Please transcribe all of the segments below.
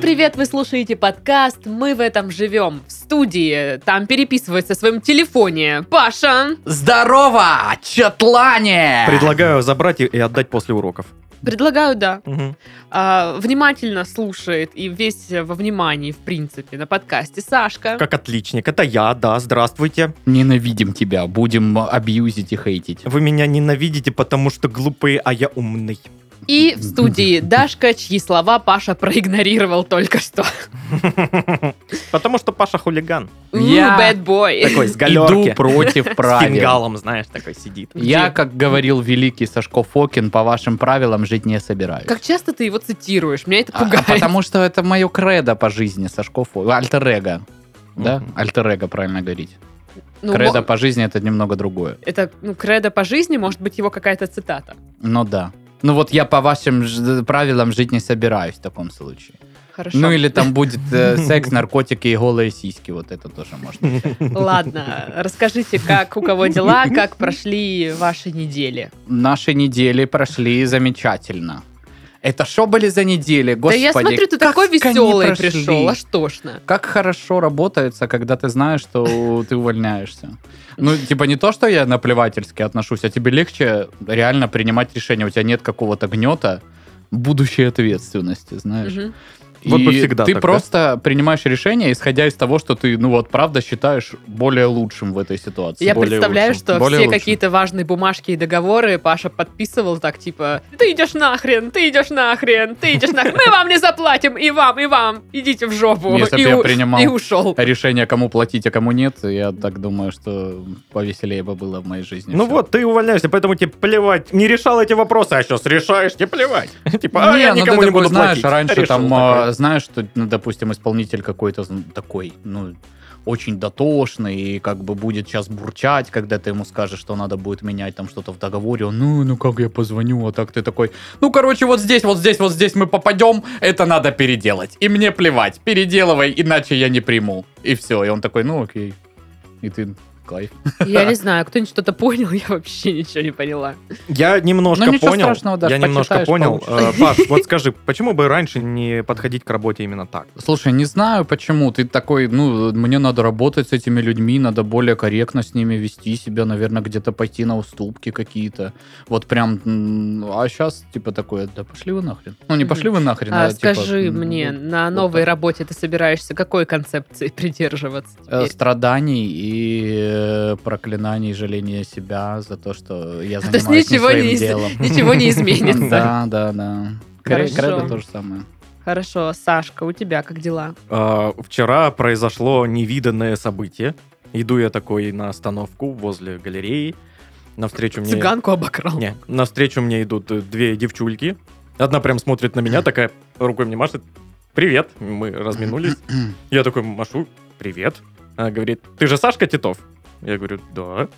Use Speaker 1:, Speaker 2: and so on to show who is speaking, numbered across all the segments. Speaker 1: привет! Вы слушаете подкаст «Мы в этом живем» в студии. Там переписывается в своем телефоне Паша.
Speaker 2: Здорово, Четлане!
Speaker 3: Предлагаю забрать и- и отдать после уроков.
Speaker 1: Предлагаю, да. А, внимательно слушает и весь во внимании, в принципе, на подкасте Сашка.
Speaker 3: Как отличник, это я, да, здравствуйте.
Speaker 2: Ненавидим тебя, будем абьюзить и хейтить.
Speaker 3: Вы меня ненавидите, потому что глупые, а я умный.
Speaker 1: И в студии Дашка, чьи слова Паша проигнорировал только что.
Speaker 3: Потому что Паша хулиган.
Speaker 1: У,
Speaker 2: Я
Speaker 1: Ну, bad boy.
Speaker 3: Такой с
Speaker 2: Иду
Speaker 3: галерки.
Speaker 2: против
Speaker 3: С
Speaker 2: правил.
Speaker 3: фингалом, знаешь, такой сидит.
Speaker 2: Я, как говорил великий Сашко Фокин, по вашим правилам жить не собираюсь.
Speaker 1: Как часто ты его цитируешь? Меня это
Speaker 2: А- а
Speaker 1: пугает.
Speaker 2: потому что это мое кредо по жизни, Сашко Фокин. Альтер-эго. Да?
Speaker 3: Мгм.
Speaker 2: Альтер-эго, правильно говорить.
Speaker 1: Ну,
Speaker 2: кредо
Speaker 1: мо-
Speaker 2: по жизни это немного другое.
Speaker 1: Это ну, кредо по жизни, может быть, его какая-то цитата.
Speaker 2: Ну да. Ну вот я по вашим ж- э, правилам жить не собираюсь в таком случае.
Speaker 1: Хорошо.
Speaker 2: Ну или там будет э, секс, наркотики и голые сиськи. Вот это тоже можно.
Speaker 1: Ладно, расскажите, как у кого дела, как прошли ваши недели.
Speaker 2: Наши недели прошли замечательно. Это что были за недели, господи?
Speaker 1: да я смотрю, ты
Speaker 2: как
Speaker 1: такой а
Speaker 2: они
Speaker 1: веселый
Speaker 2: прошли?
Speaker 1: пришел, аж тошно.
Speaker 2: Как хорошо работается, когда ты знаешь, что ты увольняешься. Ну, типа не то, что я наплевательски отношусь, а тебе легче реально принимать решение. У тебя нет какого-то гнета будущей ответственности, знаешь.
Speaker 1: Мгм.
Speaker 3: Вот
Speaker 2: И
Speaker 3: бы всегда
Speaker 2: ты
Speaker 3: так, да?
Speaker 2: просто принимаешь решение, исходя из того, что ты, ну вот, правда считаешь более лучшим в этой ситуации.
Speaker 1: Я
Speaker 3: более
Speaker 1: представляю,
Speaker 3: лучшим.
Speaker 1: что
Speaker 2: Более
Speaker 1: все
Speaker 2: лучшим.
Speaker 1: какие-то важные бумажки и договоры Паша подписывал так, типа, ты идешь нахрен, ты идешь нахрен, ты идешь нахрен, мы вам не заплатим, и вам, и вам, идите в жопу.
Speaker 2: Ну, Если бы
Speaker 1: и,
Speaker 2: я
Speaker 1: у-
Speaker 2: принимал.
Speaker 1: и ушел.
Speaker 2: Решение, кому платить, а кому нет, я так думаю, что повеселее бы было в моей жизни.
Speaker 3: Ну
Speaker 2: всё.
Speaker 3: вот, ты увольняешься, поэтому тебе плевать. Не решал эти вопросы, а сейчас решаешь, тебе плевать. Типа, а
Speaker 2: не,
Speaker 3: я
Speaker 2: ну ты
Speaker 3: никому не
Speaker 2: такой
Speaker 3: буду
Speaker 2: знаешь,
Speaker 3: платить.
Speaker 2: раньше
Speaker 3: Решил
Speaker 2: там,
Speaker 3: такое.
Speaker 2: а, знаешь, что, ну, допустим, исполнитель какой-то зн- такой, ну, очень дотошный, и как бы будет сейчас бурчать, когда ты ему скажешь, что надо будет менять там что-то в договоре, он, ну, ну как я позвоню, а так ты такой, ну, короче, вот здесь, вот здесь, вот здесь мы попадем, это надо переделать, и мне плевать, переделывай, иначе я не приму, и все, и он такой, ну, окей, и ты, кайф.
Speaker 1: Я не знаю, кто-нибудь что-то понял, я вообще ничего не поняла.
Speaker 3: Я немножко
Speaker 2: Ну, ничего
Speaker 3: понял.
Speaker 2: страшного, Даш,
Speaker 3: я немножко
Speaker 2: почитаешь,
Speaker 3: понял.
Speaker 2: получишь.
Speaker 3: Э, Паш, вот скажи, почему бы раньше не подходить к работе именно так?
Speaker 2: Слушай, не знаю почему. Ты такой, ну, мне надо работать с этими людьми, надо более корректно с ними вести себя, наверное, где-то пойти на уступки какие-то. Вот прям, м, а сейчас типа такое, да пошли вы нахрен. Ну, не пошли вы нахрен,
Speaker 1: А
Speaker 2: а, типа,
Speaker 1: скажи
Speaker 2: м,
Speaker 1: мне,
Speaker 2: вот,
Speaker 1: на
Speaker 2: вот
Speaker 1: новой
Speaker 2: так.
Speaker 1: работе ты собираешься какой концепции придерживаться?
Speaker 2: э,
Speaker 1: теперь?
Speaker 2: страданий и э, проклинаний, жаления себя за то, что я
Speaker 1: То есть
Speaker 2: занимаюсь не
Speaker 1: ничего не
Speaker 2: своим
Speaker 1: из-
Speaker 2: делом.
Speaker 1: Ничего не изменится.
Speaker 2: Да, да, да.
Speaker 1: Хорошо.
Speaker 2: Кре- Кредо то же самое.
Speaker 1: Хорошо, Сашка, у тебя как дела?
Speaker 3: А, Вчера произошло невиданное событие. Иду я такой на остановку возле галереи. Навстречу мне...
Speaker 1: Цыганку обокрал.
Speaker 3: Не, навстречу мне идут э, две девчульки. Одна прям смотрит на меня, такая рукой мне машет. Привет, мы разминулись. Я такой машу, привет. Она говорит, ты же Сашка Титов? Я говорю, да.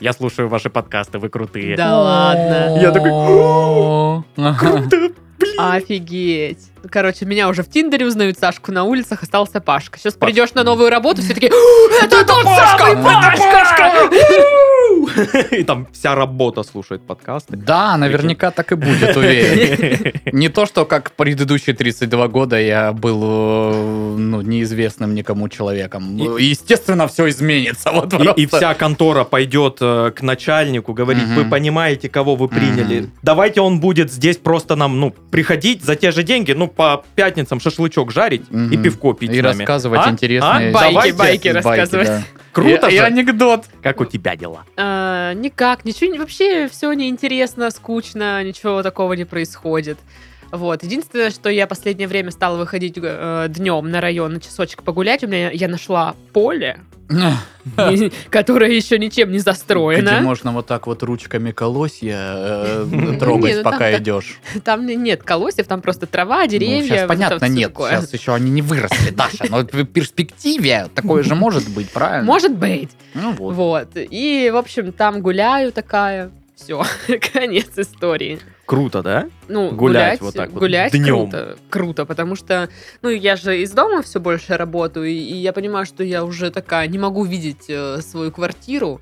Speaker 3: Я слушаю ваши подкасты, вы крутые.
Speaker 1: Да ладно.
Speaker 3: Я такой,
Speaker 2: такой...
Speaker 3: Круто, блин.
Speaker 1: Офигеть. Короче, меня уже в Тиндере узнают, Сашку на улицах, остался Пашка. Сейчас придешь на новую работу, все такие, «О, это тот самый Пашка!
Speaker 3: И там вся работа слушает подкасты.
Speaker 2: Да, наверняка так и будет, уверен. Не то, что как предыдущие 32 года я был э, ну, неизвестным никому человеком.
Speaker 3: И-
Speaker 2: Естественно, все изменится. Вот
Speaker 3: И- И,
Speaker 2: просто.
Speaker 3: вся контора пойдет э, к начальнику, говорит,
Speaker 2: Мгм.
Speaker 3: вы понимаете, кого вы приняли.
Speaker 2: Мгм.
Speaker 3: Давайте он будет здесь просто нам, ну, приходить за те же деньги, ну, по пятницам шашлычок жарить и
Speaker 2: Мгм.
Speaker 3: пивко пить
Speaker 2: И
Speaker 3: с нами.
Speaker 2: рассказывать
Speaker 3: А?
Speaker 2: интересные...
Speaker 3: А?
Speaker 1: Байки,
Speaker 3: Давайте.
Speaker 1: байки
Speaker 2: да.
Speaker 1: рассказывать.
Speaker 3: Круто
Speaker 2: и, и
Speaker 3: же.
Speaker 2: анекдот.
Speaker 3: Как у тебя дела?
Speaker 1: А, Никак, ничего, не- вообще все неинтересно, скучно, ничего такого не происходит. Вот. Единственное, что я последнее время стала выходить днем на район на часочек погулять, у меня я нашла поле, которое еще ничем не
Speaker 2: Где
Speaker 1: застроено.
Speaker 2: можно вот так вот ручками колосья э,
Speaker 3: Не,
Speaker 1: ну
Speaker 2: трогать,
Speaker 1: там
Speaker 2: пока
Speaker 1: так
Speaker 2: идешь.
Speaker 1: Там не- нет колосьев, там просто
Speaker 3: Ну,
Speaker 1: трава, деревья.
Speaker 2: сейчас
Speaker 1: вот это
Speaker 2: понятно,
Speaker 1: всё
Speaker 2: нет.
Speaker 1: такое.
Speaker 2: Сейчас еще они не выросли, Даша. Но в перспективе такое же может быть, правильно?
Speaker 1: Может быть.
Speaker 2: Ну вот.
Speaker 1: Вот. И, в общем, там гуляю такая. Все, конец истории.
Speaker 3: Круто, да?
Speaker 1: Ну,
Speaker 3: Гулять вот так вот
Speaker 1: гулять
Speaker 3: днём.
Speaker 1: круто, круто, потому что, ну, я же из дома все больше работаю, и, и я понимаю, что я уже такая не могу видеть э, свою квартиру.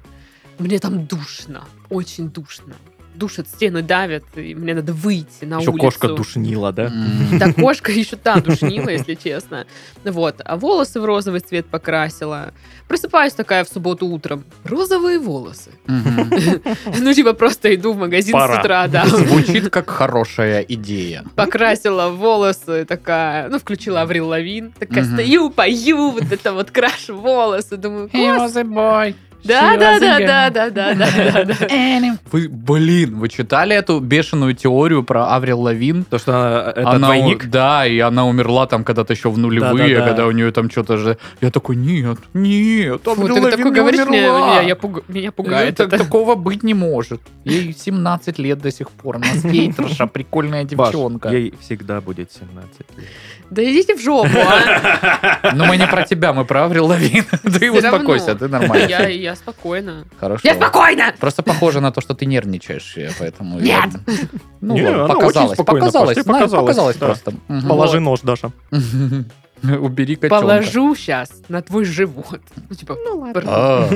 Speaker 1: Мне там душно, очень душно. душит, стены давят, и мне надо выйти на
Speaker 3: Еще
Speaker 1: улицу.
Speaker 3: кошка душнила, да?
Speaker 2: М.
Speaker 1: Да кошка еще та душнила, если честно. Вот. А волосы в розовый цвет покрасила. Просыпаюсь такая в субботу утром. Розовые волосы.
Speaker 2: Мгм.
Speaker 1: Ну, типа просто иду в магазин с
Speaker 3: Пора.
Speaker 1: утра, да.
Speaker 2: Звучит как хорошая идея.
Speaker 1: Покрасила волосы такая, ну, включила Аврил Лавин. Такая
Speaker 2: Мгм.
Speaker 1: стою, пою, вот это вот крашу волосы. Думаю, «Гос-
Speaker 4: she
Speaker 1: да, да,
Speaker 4: was a
Speaker 1: да,
Speaker 4: girl».
Speaker 1: да, да, да, да, да, да.
Speaker 2: Вы, блин, вы читали эту бешеную теорию про Аврил Лавин?
Speaker 3: То, что она- это
Speaker 2: Она у-
Speaker 3: двойник.
Speaker 2: Да, и она умерла там когда-то еще в нулевые,
Speaker 3: Да-да-да.
Speaker 2: когда у нее там что-то же... Я такой, нет, нет,
Speaker 1: Фу,
Speaker 2: Аврил
Speaker 1: ты
Speaker 2: Лавин
Speaker 1: такой
Speaker 2: не
Speaker 1: говоришь, мне,
Speaker 2: умерла.
Speaker 1: я- я пуг- меня пугает
Speaker 2: Ну, так-
Speaker 1: это.
Speaker 2: Такого быть не может. Ей 17 лет до сих пор. Она скейтерша, прикольная
Speaker 3: Паш,
Speaker 2: девчонка.
Speaker 3: ей всегда будет 17 лет.
Speaker 1: Да идите в жопу, а.
Speaker 2: Но мы не про тебя, мы про Аврил Лавин. Ты
Speaker 1: Всё равно.
Speaker 2: успокойся, ты нормально.
Speaker 1: Я, я спокойно.
Speaker 2: Хорошо.
Speaker 1: Я спокойна!
Speaker 2: Просто похоже на то, что ты нервничаешь, я поэтому...
Speaker 1: Нет!
Speaker 2: Ну,
Speaker 3: Не,
Speaker 2: ладно,
Speaker 3: она очень
Speaker 2: показалось,
Speaker 3: спокойно,
Speaker 2: показалось,
Speaker 3: Паш, тебе
Speaker 2: знаешь, показалось
Speaker 3: показалось, да.
Speaker 2: просто. Мгм.
Speaker 3: Положи нож, Даша.
Speaker 2: Убери котенка.
Speaker 1: Положу сейчас на твой живот. Ну, типа,
Speaker 2: А,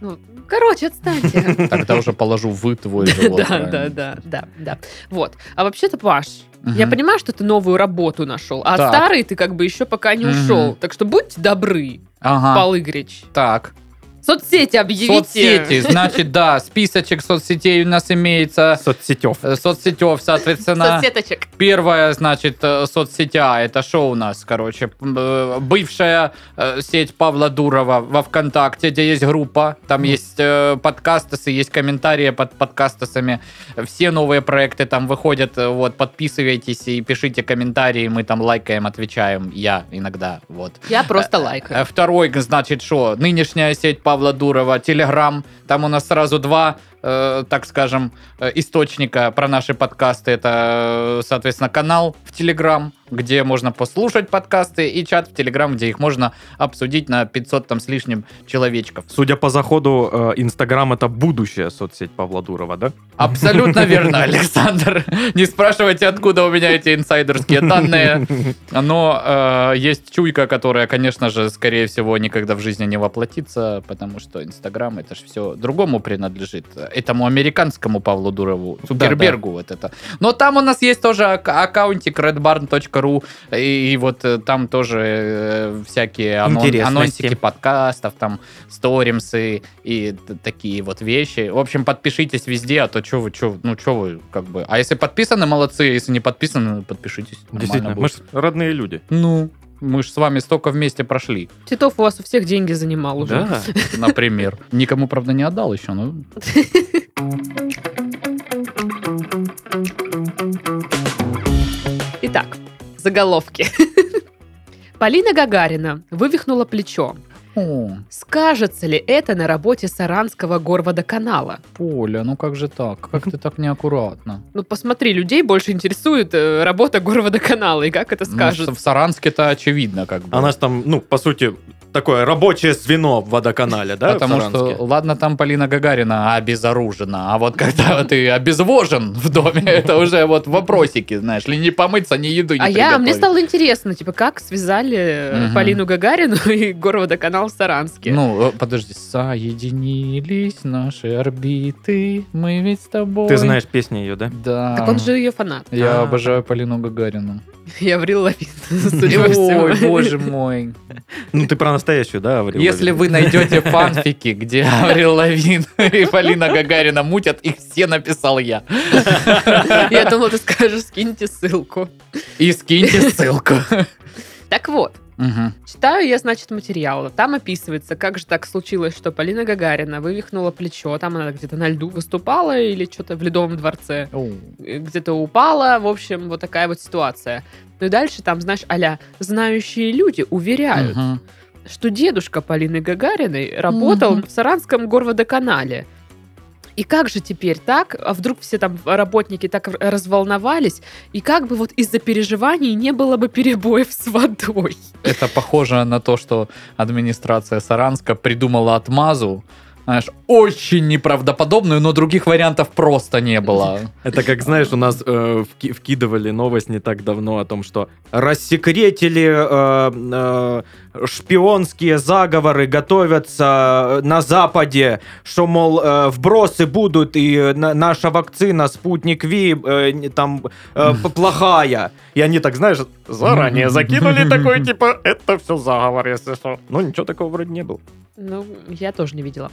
Speaker 1: ну, короче, отстаньте.
Speaker 2: Тогда уже положу в твой живот.
Speaker 1: Да, да,
Speaker 2: правильно.
Speaker 1: да, да, да. Вот. А вообще-то, Паш, я
Speaker 2: Мгм.
Speaker 1: понимаю, что ты новую работу нашел, а
Speaker 2: Так.
Speaker 1: старый ты как бы еще пока не
Speaker 2: Мгм. А.
Speaker 1: ушел. Так что будьте добры,
Speaker 2: Ага,
Speaker 1: Пал Игорич.
Speaker 2: так.
Speaker 1: Соцсети объявите.
Speaker 2: Соцсети, значит, да, списочек соцсетей у нас имеется.
Speaker 3: Соцсетев.
Speaker 2: Э, Соцсетев, соответственно.
Speaker 1: Соцсеточек.
Speaker 2: Первая, значит, э, соцсетя, это что у нас, короче, м, э, бывшая э, сеть Павла Дурова во ВКонтакте, где есть группа, там есть э, подкастасы, есть комментарии под подкастасами, все новые проекты там выходят, э, вот, подписывайтесь и пишите комментарии, мы там лайкаем, отвечаем, я иногда, вот.
Speaker 1: Я просто
Speaker 2: Э,
Speaker 1: лайкаю.
Speaker 2: Второй, значит, что? Нынешняя сеть Павла Дурова, Телеграм. Там у нас сразу два, э, так скажем, э, источника про наши подкасты. Это, э, соответственно, канал в Телеграм, где можно послушать подкасты, и чат в Телеграм, где их можно обсудить на 500 там с лишним человечков.
Speaker 3: Судя по заходу, э, Инстаграм это будущая соцсеть Павла Дурова, да?
Speaker 2: Абсолютно верно, Александр. Не спрашивайте, откуда у меня эти инсайдерские данные. Но э, есть чуйка, которая, конечно же, скорее всего, никогда в жизни не воплотится, потому что Инстаграм это же все другому принадлежит. Этому американскому Павлу Дурову, Цукербергу вот это. Но там у нас есть тоже ак- аккаунтик redbarn.ru, и, и вот э, там тоже э, всякие анон-
Speaker 3: Интересности.
Speaker 2: анонсики подкастов, там сторимсы и т- такие вот вещи. В общем, подпишитесь везде, а то что вы, чё, ну что вы, как бы... А если подписаны, молодцы, если не подписаны, подпишитесь. Нормально
Speaker 3: Действительно,
Speaker 2: будет.
Speaker 3: мы же родные люди.
Speaker 2: Ну, мы же с вами столько вместе прошли,
Speaker 1: Титов у вас у всех деньги занимал уже.
Speaker 3: Да.
Speaker 2: например. Никому, правда, не отдал ну, еще, но...
Speaker 1: Итак, заголовки. Полина Гагарина вывихнула плечо.
Speaker 2: О,
Speaker 1: Скажется ли это на работе Саранского горводоканала?
Speaker 2: Поля, ну как же так? Как ты так неаккуратно?
Speaker 1: Ну, посмотри, людей больше интересует э, работа горводоканала и как это
Speaker 2: Ну,
Speaker 1: скажет.
Speaker 2: в Саранске-то очевидно, как бы.
Speaker 3: Она ж там, ну, по сути, такое рабочее звено в водоканале, да? в
Speaker 2: Потому
Speaker 3: Саранске?
Speaker 2: что, ладно, там Полина Гагарина обезоружена, а вот когда ты обезвожен в доме, это уже вот вопросики, знаешь ли, не помыться, ни еду не
Speaker 1: а я, а мне
Speaker 2: приготовить.
Speaker 1: стало интересно, типа, как связали э,
Speaker 2: Мгм.
Speaker 1: Полину Гагарину и горводоканал в Саранске?
Speaker 2: Ну, э, подожди, соединились наши орбиты, мы ведь с тобой.
Speaker 3: Ты знаешь песни ее, да?
Speaker 2: Да.
Speaker 1: так он же ее фанат.
Speaker 2: Я
Speaker 3: А.
Speaker 2: обожаю Полину Гагарину.
Speaker 1: Я врил Лавин, судя по всему.
Speaker 2: Ой, боже мой.
Speaker 3: Ну, ты про настоящую, да, Аврил?
Speaker 2: Если
Speaker 3: Лавин?
Speaker 2: вы найдете фанфики, где Аврил Лавин и Полина Гагарина мутят, их все написал я.
Speaker 1: Я думала, ты скажешь, скиньте ссылку.
Speaker 2: И скиньте ссылку.
Speaker 1: Так вот,
Speaker 2: Мгм.
Speaker 1: Читаю я, значит, материал. Там описывается, как же так случилось, что Полина Гагарина вывихнула плечо. Там она где-то на льду выступала или что-то в Ледовом дворце. э, Где-то упала. В общем, вот такая вот ситуация. Ну и дальше там, знаешь, а знающие люди уверяют,
Speaker 2: Мгм.
Speaker 1: что дедушка Полины Гагариной работал
Speaker 2: Мгм.
Speaker 1: в Саранском горводоканале. И как же теперь так? А вдруг все там работники так р- разволновались? И как бы вот из-за переживаний не было бы перебоев с водой?
Speaker 2: Это похоже на то, что администрация Саранска придумала отмазу, знаешь, очень неправдоподобную, но других вариантов просто не было.
Speaker 3: Это как, знаешь, у нас э, вки- вкидывали новость не так давно о том, что рассекретили э, э, шпионские заговоры, готовятся э, на Западе, что, мол, э, вбросы будут, и э, на- наша вакцина «Спутник Ви» э, не- там э, п- плохая. И они так, знаешь, заранее закинули такой, типа, это все заговор, если что. Ну, ничего такого вроде не было.
Speaker 1: Ну, я тоже не видела.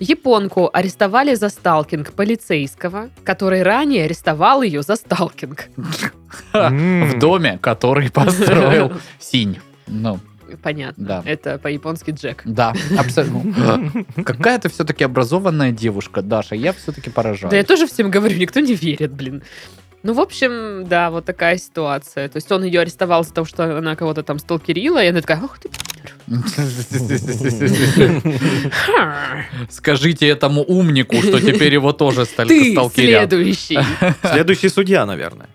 Speaker 1: Японку арестовали за сталкинг полицейского, который ранее арестовал ее за сталкинг.
Speaker 2: В доме, который построил Синь. Ну,
Speaker 1: Понятно.
Speaker 2: Да.
Speaker 1: Это по-японски Джек.
Speaker 2: да, абсолютно. Какая ты все-таки образованная девушка, Даша, я все-таки поражаюсь.
Speaker 1: Да я тоже всем говорю, никто не верит, блин. Ну, в общем, да, вот такая ситуация. То есть он ее арестовал за то, что она кого-то там сталкерила, и она такая, ах ты, ха,
Speaker 2: Скажите этому умнику, что теперь его тоже стали
Speaker 1: ты
Speaker 2: сталкерят.
Speaker 1: следующий.
Speaker 3: Следующий судья, наверное.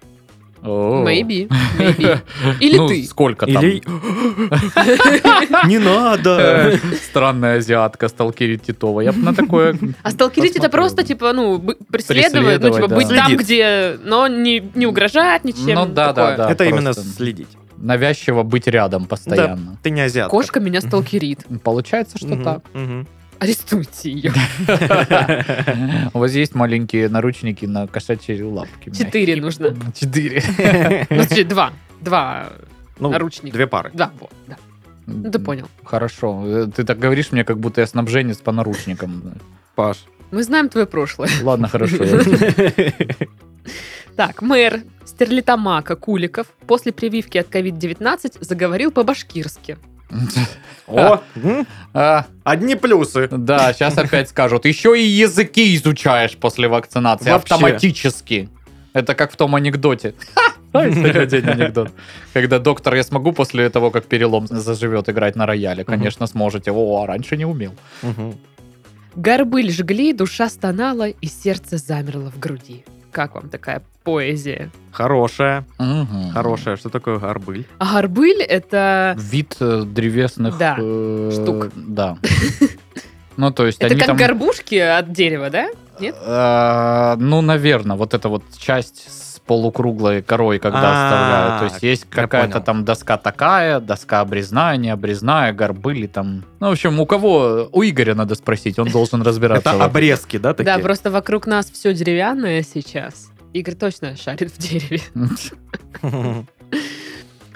Speaker 2: О.
Speaker 1: Maybe, maybe. Или
Speaker 2: Ну,
Speaker 1: ты.
Speaker 2: сколько там?
Speaker 3: Или... Не надо!
Speaker 2: Э, Странная азиатка сталкерит Титова. Я бы на такое...
Speaker 1: А сталкерить это
Speaker 2: посмотрел
Speaker 1: просто,
Speaker 2: бы.
Speaker 1: типа, ну, бы- преследовать, ну,
Speaker 2: Преследовать,
Speaker 1: типа,
Speaker 2: да.
Speaker 1: быть там,
Speaker 3: Следить.
Speaker 1: где, но не, не угрожать ничем.
Speaker 2: Ну да,
Speaker 1: такое.
Speaker 2: да, да.
Speaker 3: Это именно
Speaker 2: просто
Speaker 3: следить.
Speaker 2: Навязчиво быть рядом постоянно.
Speaker 3: Ты не азиат.
Speaker 1: Кошка меня сталкерит.
Speaker 2: Получается, что
Speaker 3: Мгм,
Speaker 2: так.
Speaker 3: мгм.
Speaker 1: Арестуйте ее.
Speaker 2: У вас есть маленькие наручники на кошачьи лапки.
Speaker 1: Четыре нужно.
Speaker 2: мягкие? Четыре.
Speaker 1: Ну, значит, два. Два
Speaker 3: Ну,
Speaker 1: наручника.
Speaker 3: Две пары.
Speaker 1: Два, вот, да. Ну, Ты понял.
Speaker 2: Хорошо. Э, Ты так говоришь мне, как будто я снабженец по наручникам.
Speaker 3: Паш.
Speaker 1: Мы знаем твое прошлое.
Speaker 2: Ладно, хорошо. я-
Speaker 1: Так, мэр Стерлитамака Куликов после прививки от COVID-19 заговорил по-башкирски.
Speaker 3: О, м,
Speaker 2: А,
Speaker 3: одни плюсы.
Speaker 2: Да, сейчас опять скажут. Еще и языки изучаешь после вакцинации.
Speaker 3: Вообще.
Speaker 2: Автоматически. Это как в том анекдоте. Ха! Есть один анекдот. Когда доктор, я смогу после того, как перелом заживет, играть на рояле? Конечно, сможете. О, а раньше не умел.
Speaker 3: Мгм.
Speaker 1: Горбыль жгли, душа стонала и сердце замерло в груди. Как вам такая поэзия?
Speaker 3: Хорошая,
Speaker 2: Мгм.
Speaker 3: хорошая. Что такое горбыль?
Speaker 1: А горбыль это...
Speaker 2: Вид э, древесных...
Speaker 1: Да,
Speaker 2: э,
Speaker 1: штук.
Speaker 2: Да. Ну, то есть
Speaker 1: Это
Speaker 2: они
Speaker 1: как
Speaker 2: там...
Speaker 1: горбушки от дерева, да? Нет?
Speaker 2: Э, Ну, наверное, вот эта вот часть с полукруглой корой, когда
Speaker 3: А,
Speaker 2: оставляют. То есть есть
Speaker 3: я
Speaker 2: какая-то
Speaker 3: понял.
Speaker 2: там доска такая, доска обрезная, не обрезная, горбыли там. Ну, в общем, у кого? У Игоря надо спросить, он должен разбираться. в
Speaker 3: Это
Speaker 2: этом.
Speaker 3: обрезки, да, такие?
Speaker 1: Да, просто вокруг нас все деревянное сейчас. Игорь точно шарит в дереве.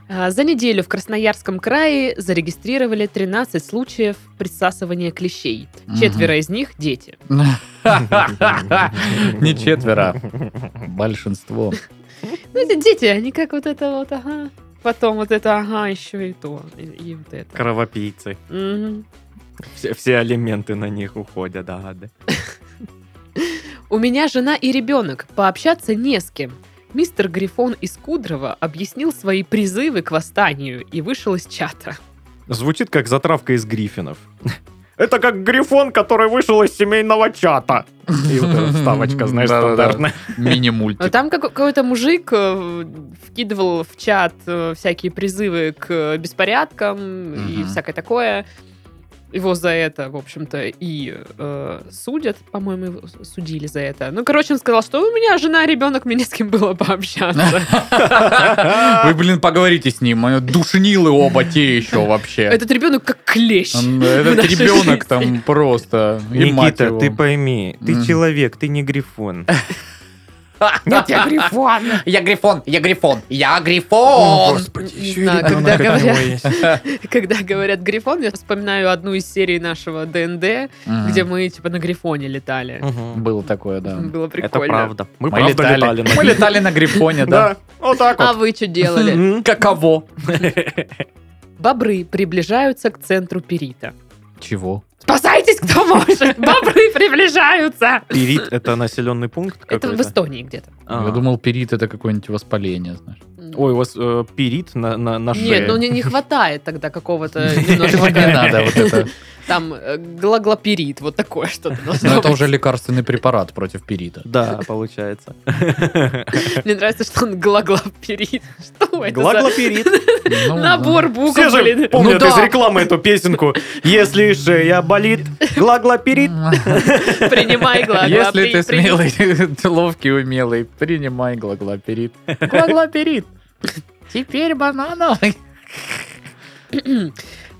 Speaker 1: А, За неделю в Красноярском крае зарегистрировали 13 случаев присасывания клещей.
Speaker 2: Мгм.
Speaker 1: Четверо из них – дети.
Speaker 2: Не четверо, большинство.
Speaker 1: Ну, это дети, они как вот это вот, ага. Потом вот это, ага, еще и то. И, и вот это.
Speaker 3: Кровопийцы.
Speaker 1: Мгм.
Speaker 3: Все, все алименты на них уходят, да, да.
Speaker 1: У меня жена и ребенок, пообщаться не с кем. Мистер Грифон из Кудрова объяснил свои призывы к восстанию и вышел из чата.
Speaker 3: Звучит как затравка из гриффинов. Это как грифон, который вышел из семейного чата. И вот эта вставочка, знаешь,
Speaker 2: Да-да-да.
Speaker 3: стандартная.
Speaker 1: А
Speaker 2: Мини-мультик.
Speaker 1: Там как- какой-то мужик э, вкидывал в чат э, всякие призывы к э, беспорядкам и
Speaker 2: Мгм.
Speaker 1: всякое такое. Его за это, в общем-то, и э, судят, по-моему, его с- судили за это. Ну, короче, он сказал, что у меня жена, ребенок, мне не с кем было пообщаться.
Speaker 2: Вы, блин, поговорите с ним. э, Душнилы оба те еще вообще.
Speaker 1: Этот ребенок как клещ.
Speaker 2: Он,
Speaker 1: в
Speaker 2: Этот
Speaker 1: нашей
Speaker 2: ребенок
Speaker 1: жизни.
Speaker 2: там просто. и мать
Speaker 3: Никита,
Speaker 2: его.
Speaker 3: ты пойми, ты
Speaker 2: Мгм.
Speaker 3: человек, ты не грифон.
Speaker 2: Нет, я Грифон! Я Грифон! Я Грифон! Я Грифон!
Speaker 1: Не знаю, когда говорят- Когда говорят Грифон, я вспоминаю одну из серий нашего ДНД, где мы, типа, на Грифоне летали.
Speaker 2: Было такое, да.
Speaker 1: Было прикольно.
Speaker 3: Это правда. Мы
Speaker 2: Мы
Speaker 3: правда
Speaker 2: летали.
Speaker 3: летали.
Speaker 2: Мы летали на Грифоне, да.
Speaker 3: Да, вот так
Speaker 1: А
Speaker 3: вот.
Speaker 1: вы что делали?
Speaker 3: Мгм.
Speaker 2: Каково?
Speaker 1: Бобры приближаются к центру Перита.
Speaker 2: Чего?
Speaker 1: Спасайтесь, кто может! Бобры приближаются!
Speaker 3: Пирит — это населенный пункт
Speaker 1: Это в
Speaker 3: какой-то?
Speaker 1: Эстонии где-то.
Speaker 3: А.
Speaker 2: Я думал, перит это какое-нибудь воспаление, знаешь.
Speaker 3: Ой, у вас э, пирит на, на, на шее.
Speaker 1: Нет, ну не, не хватает тогда какого-то
Speaker 2: Этого не
Speaker 1: немножко
Speaker 2: надо, вот это.
Speaker 1: там э, глаглоперит, вот такое что-то должно
Speaker 2: Но Ну, это
Speaker 1: быть.
Speaker 2: уже лекарственный препарат против перита.
Speaker 3: Да, получается.
Speaker 1: Мне нравится, что он глаглоперит. Что это за
Speaker 3: Глаглоперит.
Speaker 2: Ну,
Speaker 1: набор букв,
Speaker 3: Все же
Speaker 1: блин?
Speaker 3: помнят
Speaker 2: Ну да.
Speaker 3: из рекламы эту песенку. Если шея болит, Глаглоперит.
Speaker 1: Принимай глагла.
Speaker 2: Если
Speaker 1: при-
Speaker 2: ты
Speaker 1: при-
Speaker 2: смелый, ты ловкий, умелый, принимай глаглоперит. Глаглоперит. Теперь банановый.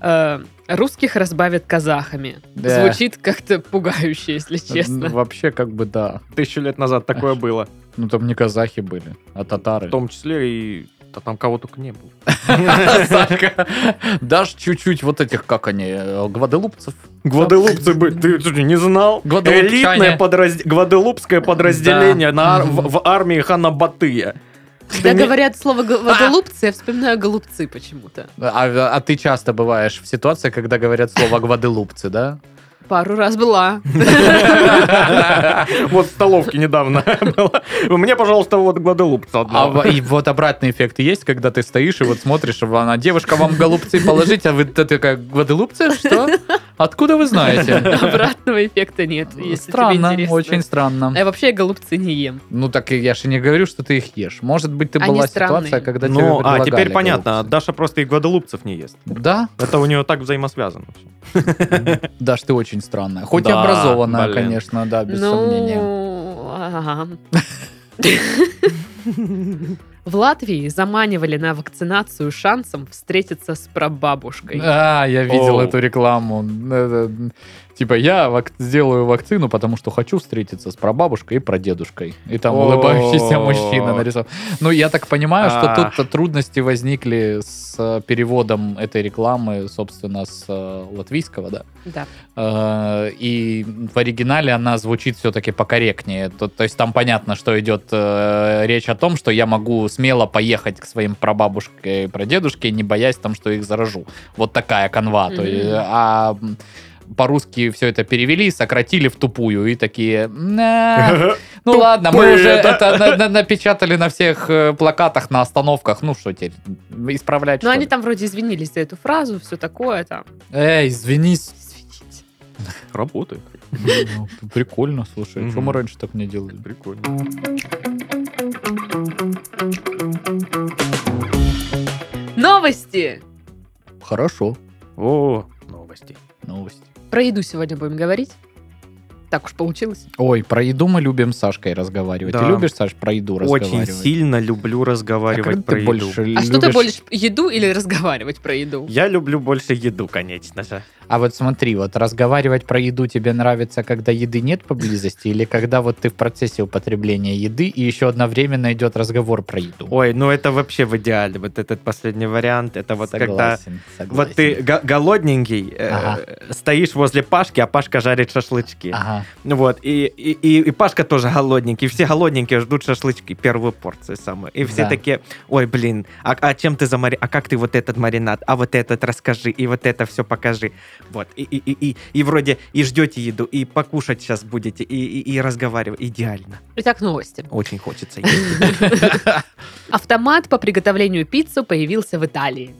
Speaker 1: Э, Русских разбавят казахами.
Speaker 2: Да.
Speaker 1: Звучит как-то пугающе, если
Speaker 2: Ну,
Speaker 1: честно.
Speaker 2: Вообще, как бы да.
Speaker 3: Тысячу лет назад такое было.
Speaker 2: Ну, там не казахи были, а
Speaker 3: В
Speaker 2: татары.
Speaker 3: том числе и... Да там кого только не было.
Speaker 2: Сашка, дашь чуть-чуть вот этих, как они, э, гваделупцев?
Speaker 3: Гваделупцы бы, ты что, не знал?
Speaker 2: Гваделупчане.
Speaker 3: Элитное подраз- гваделупское подразделение на ар- в, в армии хана Батыя.
Speaker 1: Когда
Speaker 3: ты не-
Speaker 1: говорят слово г- «голубцы», я вспоминаю голубцы почему-то.
Speaker 2: А, а ты часто бываешь в ситуации, когда говорят слово гваделупцы, да?
Speaker 1: Пару раз была.
Speaker 3: Вот в столовке недавно было. Мне, пожалуйста, вот гваделупца
Speaker 2: А
Speaker 3: одного.
Speaker 2: в- и вот обратный эффект есть, когда ты стоишь и вот смотришь, она, девушка, вам голубцы положить, а вы т- такая, гваделупцы, что? Откуда вы знаете?
Speaker 1: Обратного эффекта нет, если тебе
Speaker 2: Ну, странно,
Speaker 1: интересно.
Speaker 2: очень странно.
Speaker 1: А Я вообще голубцы не ем.
Speaker 2: Ну так я же не говорю, что ты их ешь. Может быть, ты
Speaker 1: Они
Speaker 2: была
Speaker 1: странные.
Speaker 2: ситуация, когда тебе
Speaker 3: Ну, а
Speaker 2: предлагали
Speaker 3: теперь понятно,
Speaker 2: голубцы.
Speaker 3: Даша просто и гваделупцев не ест.
Speaker 2: Да?
Speaker 3: Это у нее так взаимосвязано.
Speaker 2: Даш, ты очень странная. Хоть и
Speaker 3: Да,
Speaker 2: образованная,
Speaker 3: блин.
Speaker 2: конечно, да, без сомнения.
Speaker 1: Ну, ага. В Латвии заманивали на вакцинацию шансом встретиться с прабабушкой.
Speaker 2: А, я видел
Speaker 3: Оу.
Speaker 2: эту рекламу. Это, Типа, я вак- сделаю вакцину, потому что хочу встретиться с прабабушкой и прадедушкой. И там
Speaker 3: О.
Speaker 2: улыбающийся мужчина нарисован. Ну, я так понимаю, что
Speaker 3: Ах.
Speaker 2: тут трудности возникли с э, переводом этой рекламы, собственно, с э, латвийского, да?
Speaker 1: Да.
Speaker 2: Э, И в оригинале она звучит все-таки покорректнее. То, то есть там понятно, что идет э, речь о том, что я могу смело поехать к своим прабабушке и прадедушке, не боясь там, что их заражу. Вот такая канва. То есть,
Speaker 1: Мгм.
Speaker 2: а м, по-русски все это перевели, сократили в тупую и такие... «Nah,
Speaker 1: А.
Speaker 2: Ну
Speaker 3: Тупые,
Speaker 2: ладно, мы уже
Speaker 3: да?»
Speaker 2: это на- на- напечатали на всех э, плакатах, на остановках. Ну что теперь, исправлять
Speaker 1: Но
Speaker 2: что
Speaker 1: Ну, они
Speaker 2: ли?
Speaker 1: там вроде извинились за эту фразу, все такое там.
Speaker 2: Эй, извинись.
Speaker 1: Извините.
Speaker 3: Работает.
Speaker 2: Ну, Прикольно, слушай. Что
Speaker 3: Мгм.
Speaker 2: мы раньше так не делали?
Speaker 3: Прикольно.
Speaker 1: Новости!
Speaker 2: Хорошо.
Speaker 3: О, новости.
Speaker 2: Новости.
Speaker 1: Про еду сегодня будем говорить. Так уж получилось.
Speaker 2: Ой, про еду мы любим с Сашкой разговаривать.
Speaker 3: Да.
Speaker 2: Ты любишь, Саш, про еду
Speaker 3: Очень
Speaker 2: разговаривать?
Speaker 3: сильно
Speaker 2: А
Speaker 3: люблю
Speaker 2: когда
Speaker 3: разговаривать
Speaker 2: ты
Speaker 3: про еду.
Speaker 2: больше
Speaker 1: А что ты
Speaker 2: любишь-
Speaker 1: больше, еду или разговаривать про еду?
Speaker 3: Я люблю больше еду, конечно же.
Speaker 2: А вот смотри, вот разговаривать про еду тебе нравится, когда еды нет поблизости, или когда вот ты в процессе употребления еды, и еще одновременно идет разговор про еду?
Speaker 3: Ой, ну это вообще в идеале. Вот этот последний вариант, это вот когда...
Speaker 2: Согласен,
Speaker 3: Вот ты
Speaker 2: согласен.
Speaker 3: го- голодненький, э,
Speaker 2: Ага.
Speaker 3: стоишь возле Пашки, а Пашка жарит шашлычки.
Speaker 2: Ага.
Speaker 3: Ну Вот, и, и, и, и Пашка тоже голодненький, все голодненькие ждут шашлычки, первую порцию самую. И все
Speaker 2: Да.
Speaker 3: такие, ой, блин, а, а чем ты за мари... А как ты вот этот маринад? А вот этот расскажи, и вот это все покажи. Вот, и, и, и, и, и вроде и ждете еду, и покушать сейчас будете, и, и, и разговаривать. Идеально.
Speaker 1: Итак, новости.
Speaker 3: Очень хочется есть.
Speaker 1: Автомат по приготовлению пиццы появился в Италии.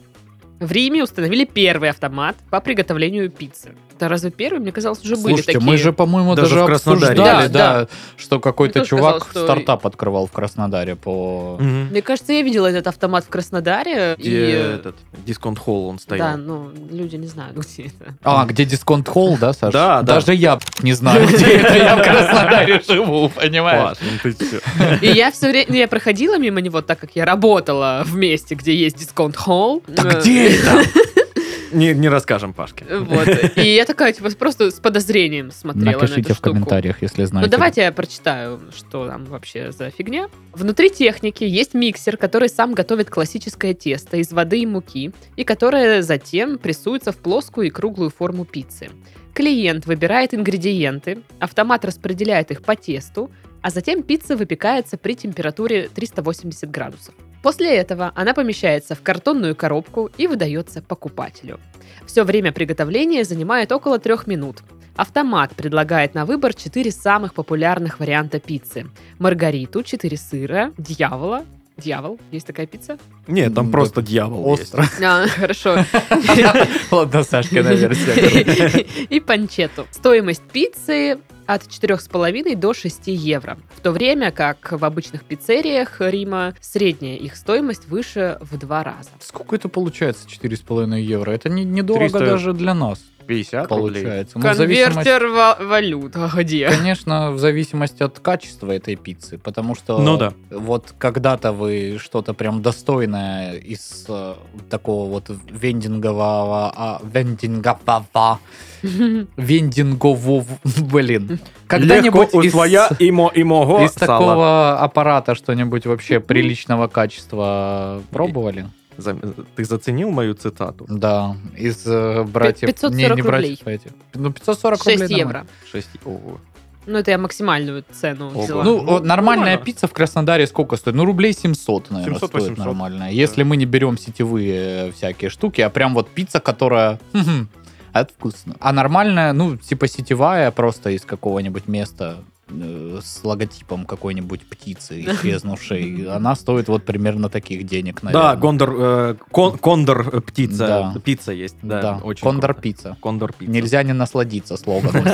Speaker 1: В Риме установили первый автомат по приготовлению пиццы. Да разве первый? Мне казалось, уже Ну, были
Speaker 2: Слушайте,
Speaker 1: такие.
Speaker 2: мы же, по-моему,
Speaker 3: Даже
Speaker 2: даже,
Speaker 3: в Краснодаре
Speaker 2: обсуждали, да,
Speaker 1: есть. Да,
Speaker 2: что какой-то
Speaker 1: Я тоже
Speaker 2: чувак
Speaker 1: сказала, что-
Speaker 2: стартап открывал в Краснодаре по...
Speaker 3: Мгм.
Speaker 1: Мне кажется, я видела этот автомат в Краснодаре.
Speaker 3: Где
Speaker 1: и... э,
Speaker 3: этот дисконт-холл он
Speaker 1: Да,
Speaker 3: стоял.
Speaker 1: ну, люди не знают, где это.
Speaker 2: А, где дисконт холл, да, Саша?
Speaker 3: Да, да.
Speaker 2: Даже я б***ь, не знаю, где это я в Краснодаре живу, понимаешь?
Speaker 3: Паш, ну ты чё?
Speaker 1: И я все время, я проходила мимо него, так как я работала в месте, где есть дисконт-холл. Э,
Speaker 2: это?
Speaker 3: Не не расскажем Пашке.
Speaker 1: Вот. И я такая, типа, просто с подозрением смотрела на
Speaker 2: Напишите
Speaker 1: эту
Speaker 2: в
Speaker 1: штуку.
Speaker 2: комментариях, если
Speaker 1: Ну,
Speaker 2: знаете.
Speaker 1: давайте я прочитаю, что там вообще за фигня. Внутри техники есть миксер, который сам готовит классическое тесто из воды и муки, и которое затем прессуется в плоскую и круглую форму пиццы. Клиент выбирает ингредиенты, автомат распределяет их по тесту, а затем пицца выпекается при температуре 380 градусов. После этого она помещается в картонную коробку и выдается покупателю. Все время приготовления занимает около трех минут. Автомат предлагает на выбор четыре самых популярных варианта пиццы. Маргариту, четыре сыра, дьявола. Дьявол? Есть такая пицца?
Speaker 3: Нет, там
Speaker 2: Ну,
Speaker 3: просто дьявол есть.
Speaker 2: Остро.
Speaker 1: А, хорошо.
Speaker 2: Ладно, Сашка, наверное.
Speaker 1: И панчету. Стоимость пиццы от 4,5 до 6 евро. В то время как в обычных пиццериях Рима средняя их стоимость выше в два раза.
Speaker 2: Сколько это получается, 4,5 евро? Это не- недорого
Speaker 3: 300.
Speaker 2: даже для нас.
Speaker 3: 50 рублей.
Speaker 2: получается. Ну, в зависимости-
Speaker 1: Конвертер ва- валют. А где?
Speaker 2: Конечно, в зависимости от качества этой пиццы, потому что
Speaker 3: Ну да.
Speaker 2: вот когда-то вы что-то прям достойное из э, такого вот вендингового, а, вендингового, вендингового, блин, когда-нибудь
Speaker 3: Легко
Speaker 2: из,
Speaker 3: усвоя имо и мого
Speaker 2: из такого аппарата что-нибудь вообще приличного качества пробовали?
Speaker 3: Ты заценил мою цитату?
Speaker 2: Да, из э, братьев...
Speaker 1: 540
Speaker 2: не, не
Speaker 1: рублей.
Speaker 2: братьев, а эти. Ну, 540 рублей
Speaker 1: 6
Speaker 2: нормально.
Speaker 1: евро.
Speaker 3: 6. Ого.
Speaker 1: Ну, это я максимальную цену
Speaker 3: Ого.
Speaker 1: взяла.
Speaker 2: Ну,
Speaker 3: Ну,
Speaker 2: вот нормальная
Speaker 3: нормально.
Speaker 2: пицца в Краснодаре сколько стоит? Ну, рублей 700, наверное,
Speaker 3: 700,
Speaker 2: стоит
Speaker 3: 800.
Speaker 2: нормальная. Если мы не берем сетевые э, всякие штуки, а прям вот пицца, которая... хм-хм, а Это вкусно. А нормальная, ну, типа сетевая, просто из какого-нибудь места э, с логотипом какой-нибудь птицы исчезнувшей. Она стоит вот примерно таких денег, наверное.
Speaker 3: Да, гондор, э, кон- кондор э, птица.
Speaker 2: Да.
Speaker 3: Пицца есть. Да,
Speaker 2: Да,
Speaker 3: очень
Speaker 2: кондор
Speaker 3: круто.
Speaker 2: пицца.
Speaker 3: Кондор пицца.
Speaker 2: Нельзя не насладиться слоганом.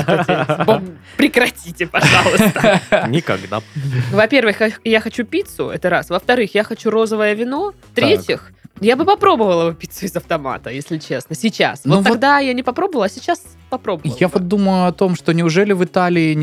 Speaker 1: Бом, Прекратите, пожалуйста.
Speaker 3: Никогда.
Speaker 1: Во-первых, я- я хочу пиццу, это раз. Во-вторых, я хочу розовое вино. В-третьих, я бы попробовала бы пиццу из автомата, если честно, сейчас.
Speaker 2: Ну
Speaker 1: Вот
Speaker 2: вот-
Speaker 1: тогда я не попробовала, а сейчас попробовала.
Speaker 2: Я
Speaker 1: бы.
Speaker 2: вот думаю о том, что неужели в Италии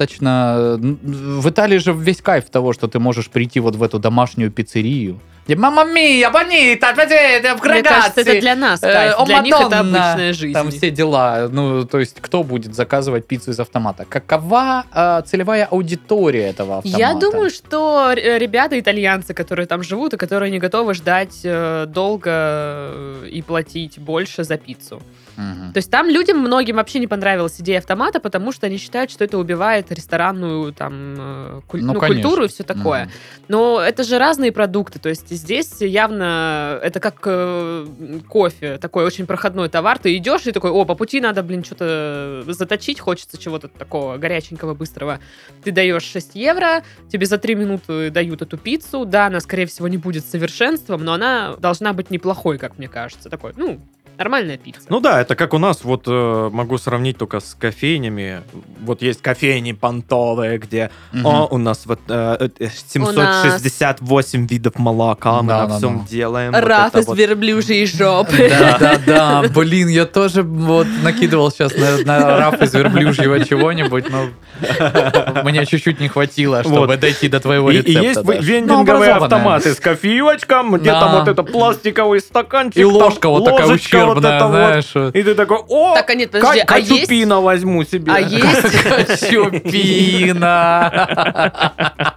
Speaker 2: недостаточно... н- В Италии же весь кайф того, что ты можешь прийти вот в эту домашнюю пиццерию. Где, Мамма мия, бонита, в
Speaker 1: Мне кажется, это
Speaker 2: Грагации,
Speaker 1: для нас
Speaker 2: э,
Speaker 1: кайф.
Speaker 2: о,
Speaker 1: Для них это
Speaker 2: Мадонна!
Speaker 1: обычная жизнь.
Speaker 2: Там все дела. Ну, то есть, кто будет заказывать пиццу из автомата? Какова э, целевая аудитория этого автомата?
Speaker 1: Я думаю, что р- э, ребята итальянцы, которые там живут и которые не готовы ждать э, долго э, и платить больше за пиццу.
Speaker 2: Мгм.
Speaker 1: То есть там людям многим вообще не понравилась идея автомата, потому что они считают, что это убивает ресторанную там э, куль-
Speaker 2: Ну,
Speaker 1: ну,
Speaker 2: конечно.
Speaker 1: культуру и все такое.
Speaker 2: Мгм.
Speaker 1: Но это же разные продукты. То есть здесь явно это как э, кофе, такой очень проходной товар. Ты идешь и такой, о, по пути надо, блин, что-то заточить, хочется чего-то такого горяченького, быстрого. Ты даешь 6 евро, тебе за 3 минуты дают эту пиццу. Да, она, скорее всего, не будет совершенством, но она должна быть неплохой, как мне кажется. Такой, ну, нормальная пицца.
Speaker 3: Ну да, это как у нас, вот э, могу сравнить только с кофейнями. Вот есть кофейни понтовые, где
Speaker 2: Мгм.
Speaker 3: «О, у нас вот э, э, 768 видов молока, мы
Speaker 2: Да,
Speaker 3: на
Speaker 2: да,
Speaker 3: всем
Speaker 2: да.
Speaker 3: делаем. вот
Speaker 1: Раф
Speaker 3: это
Speaker 1: из
Speaker 3: вот».
Speaker 1: верблюжьей жопы.
Speaker 2: Да, да, да, блин, я тоже вот накидывал сейчас на, на раф из верблюжьего чего-нибудь, но мне чуть-чуть не хватило, чтобы
Speaker 3: Вот.
Speaker 2: дойти до твоего
Speaker 3: И, и
Speaker 2: рецепта.
Speaker 3: есть
Speaker 2: Даш. Ну,
Speaker 3: вендинговые
Speaker 2: образованная.
Speaker 3: автоматы с кофеечком, где
Speaker 2: Да.
Speaker 3: там вот это пластиковый стаканчик,
Speaker 2: И
Speaker 3: там
Speaker 2: ложка вот такая
Speaker 3: ложечка вот
Speaker 2: ущербная,
Speaker 3: это вот.
Speaker 2: знаешь.
Speaker 3: И ты такой, о,
Speaker 1: Так, а нет,
Speaker 3: ка-
Speaker 1: подожди, а есть?
Speaker 3: качупина возьму себе.
Speaker 1: А есть,
Speaker 2: Чупина.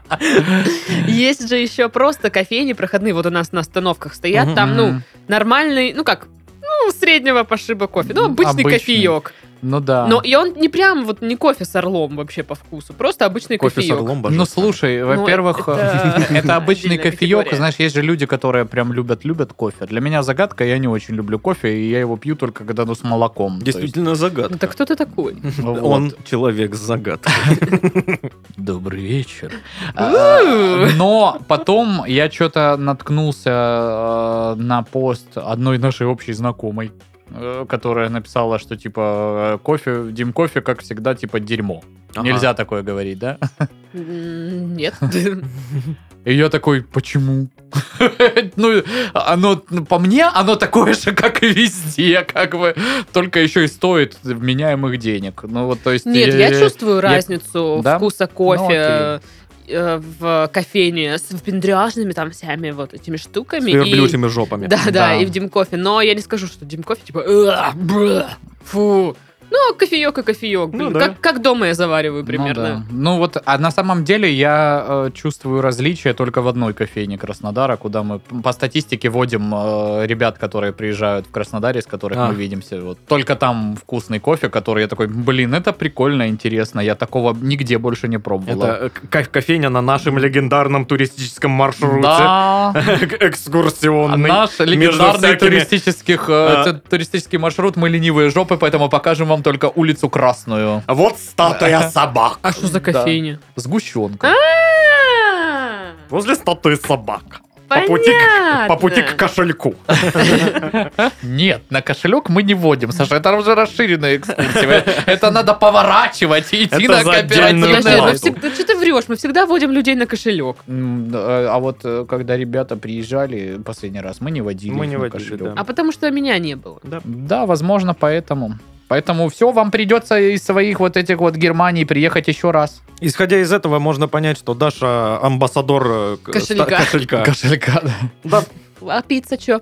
Speaker 1: есть же еще просто кофейни проходные, вот у нас на остановках стоят,
Speaker 3: Мгм.
Speaker 1: там, ну, нормальный, ну как, ну, среднего пошиба кофе, ну,
Speaker 2: Ну,
Speaker 1: обычный,
Speaker 2: обычный.
Speaker 1: кофеек.
Speaker 2: Ну да.
Speaker 1: Но и он не прям вот не кофе с орлом вообще по вкусу, просто обычный
Speaker 3: Кофе с
Speaker 1: кофеек.
Speaker 3: орлом
Speaker 2: Ну
Speaker 3: божественно.
Speaker 2: слушай,
Speaker 1: Ну,
Speaker 2: во-первых,
Speaker 1: это-
Speaker 2: это обычный
Speaker 1: отдельная
Speaker 2: кофеек.
Speaker 1: категория.
Speaker 2: Знаешь, есть же люди, которые прям любят-любят кофе. Для меня загадка, я не очень люблю кофе, и я его пью только когда ну с молоком. То есть,
Speaker 3: Действительно загадка.
Speaker 1: Ну так кто ты такой?
Speaker 2: ну, вот.
Speaker 3: Он человек с загадкой.
Speaker 2: Добрый вечер. А, Но потом я что-то наткнулся э, на пост одной нашей общей знакомой, э, которая написала, что типа э, кофе, Дим кофе, как всегда, типа дерьмо. Нельзя такое говорить, да?
Speaker 1: М, Нет.
Speaker 2: И я такой, почему? Ну, оно, ну, по мне, оно такое же, как и везде, как бы, только еще и стоит вменяемых денег. Ну, вот, то есть...
Speaker 1: Нет,
Speaker 2: э,
Speaker 1: я чувствую
Speaker 2: я-
Speaker 1: разницу
Speaker 2: Да?
Speaker 1: вкуса
Speaker 3: Ну,
Speaker 1: кофе э, в кофейне с пендряжными там всеми вот этими штуками.
Speaker 3: С
Speaker 1: и-
Speaker 3: верблюжьими жопами.
Speaker 1: Да, да,
Speaker 2: Да.
Speaker 1: и в Димкофе. Но я не скажу, что Димкофе типа «Э, бррр, фу. Ну, кофеек и кофеек, блин.
Speaker 3: Ну да.
Speaker 1: как, как дома я завариваю
Speaker 2: Ну
Speaker 1: примерно.
Speaker 2: да. Ну, вот, а на самом деле я э, чувствую различия только в одной кофейне Краснодара, куда мы п- по статистике водим э, ребят, которые приезжают в Краснодаре, с которых
Speaker 3: А.
Speaker 2: мы видимся. Вот. Только там вкусный кофе, который я такой, блин, это прикольно, интересно, я такого нигде больше не пробовала.
Speaker 3: Это к- ко- кофейня на нашем легендарном туристическом маршруте.
Speaker 2: Да, А
Speaker 3: Экскурсионный.
Speaker 2: наш легендарный
Speaker 3: всякими,
Speaker 2: туристических, э,
Speaker 3: а,
Speaker 2: т- туристический маршрут, мы ленивые жопы, поэтому покажем вам только улицу Красную.
Speaker 3: Вот статуя собак.
Speaker 1: А что за
Speaker 2: Да.
Speaker 1: кофейня?
Speaker 2: Сгущенка.
Speaker 1: А,
Speaker 3: Возле статуи собак. По пути к-
Speaker 1: Понятно.
Speaker 3: по пути к кошельку.
Speaker 2: Нет, на кошелек мы не водим, Саша. Это уже расширенная экскурсия. Это надо поворачивать и идти
Speaker 3: Это
Speaker 2: на
Speaker 3: за отдельную
Speaker 1: Подожди, ну,
Speaker 2: кооперативную
Speaker 1: мы
Speaker 3: плату.
Speaker 1: всегда- что ты врешь? Мы всегда водим людей на кошелек.
Speaker 2: М, э, А вот э, когда ребята приезжали последний раз, мы не водили
Speaker 3: Мы
Speaker 2: их
Speaker 3: не
Speaker 2: на
Speaker 3: водили,
Speaker 2: кошелек.
Speaker 3: да.
Speaker 1: А потому что меня не было.
Speaker 2: Да, возможно, поэтому. Поэтому все, вам придется из своих вот этих вот Германий приехать еще раз.
Speaker 3: Исходя из этого, можно понять, что Даша амбассадор э, к-
Speaker 1: Кошелька.
Speaker 3: ста- кошелька.
Speaker 2: Кошелька, да.
Speaker 3: Да,
Speaker 1: А пицца что? Я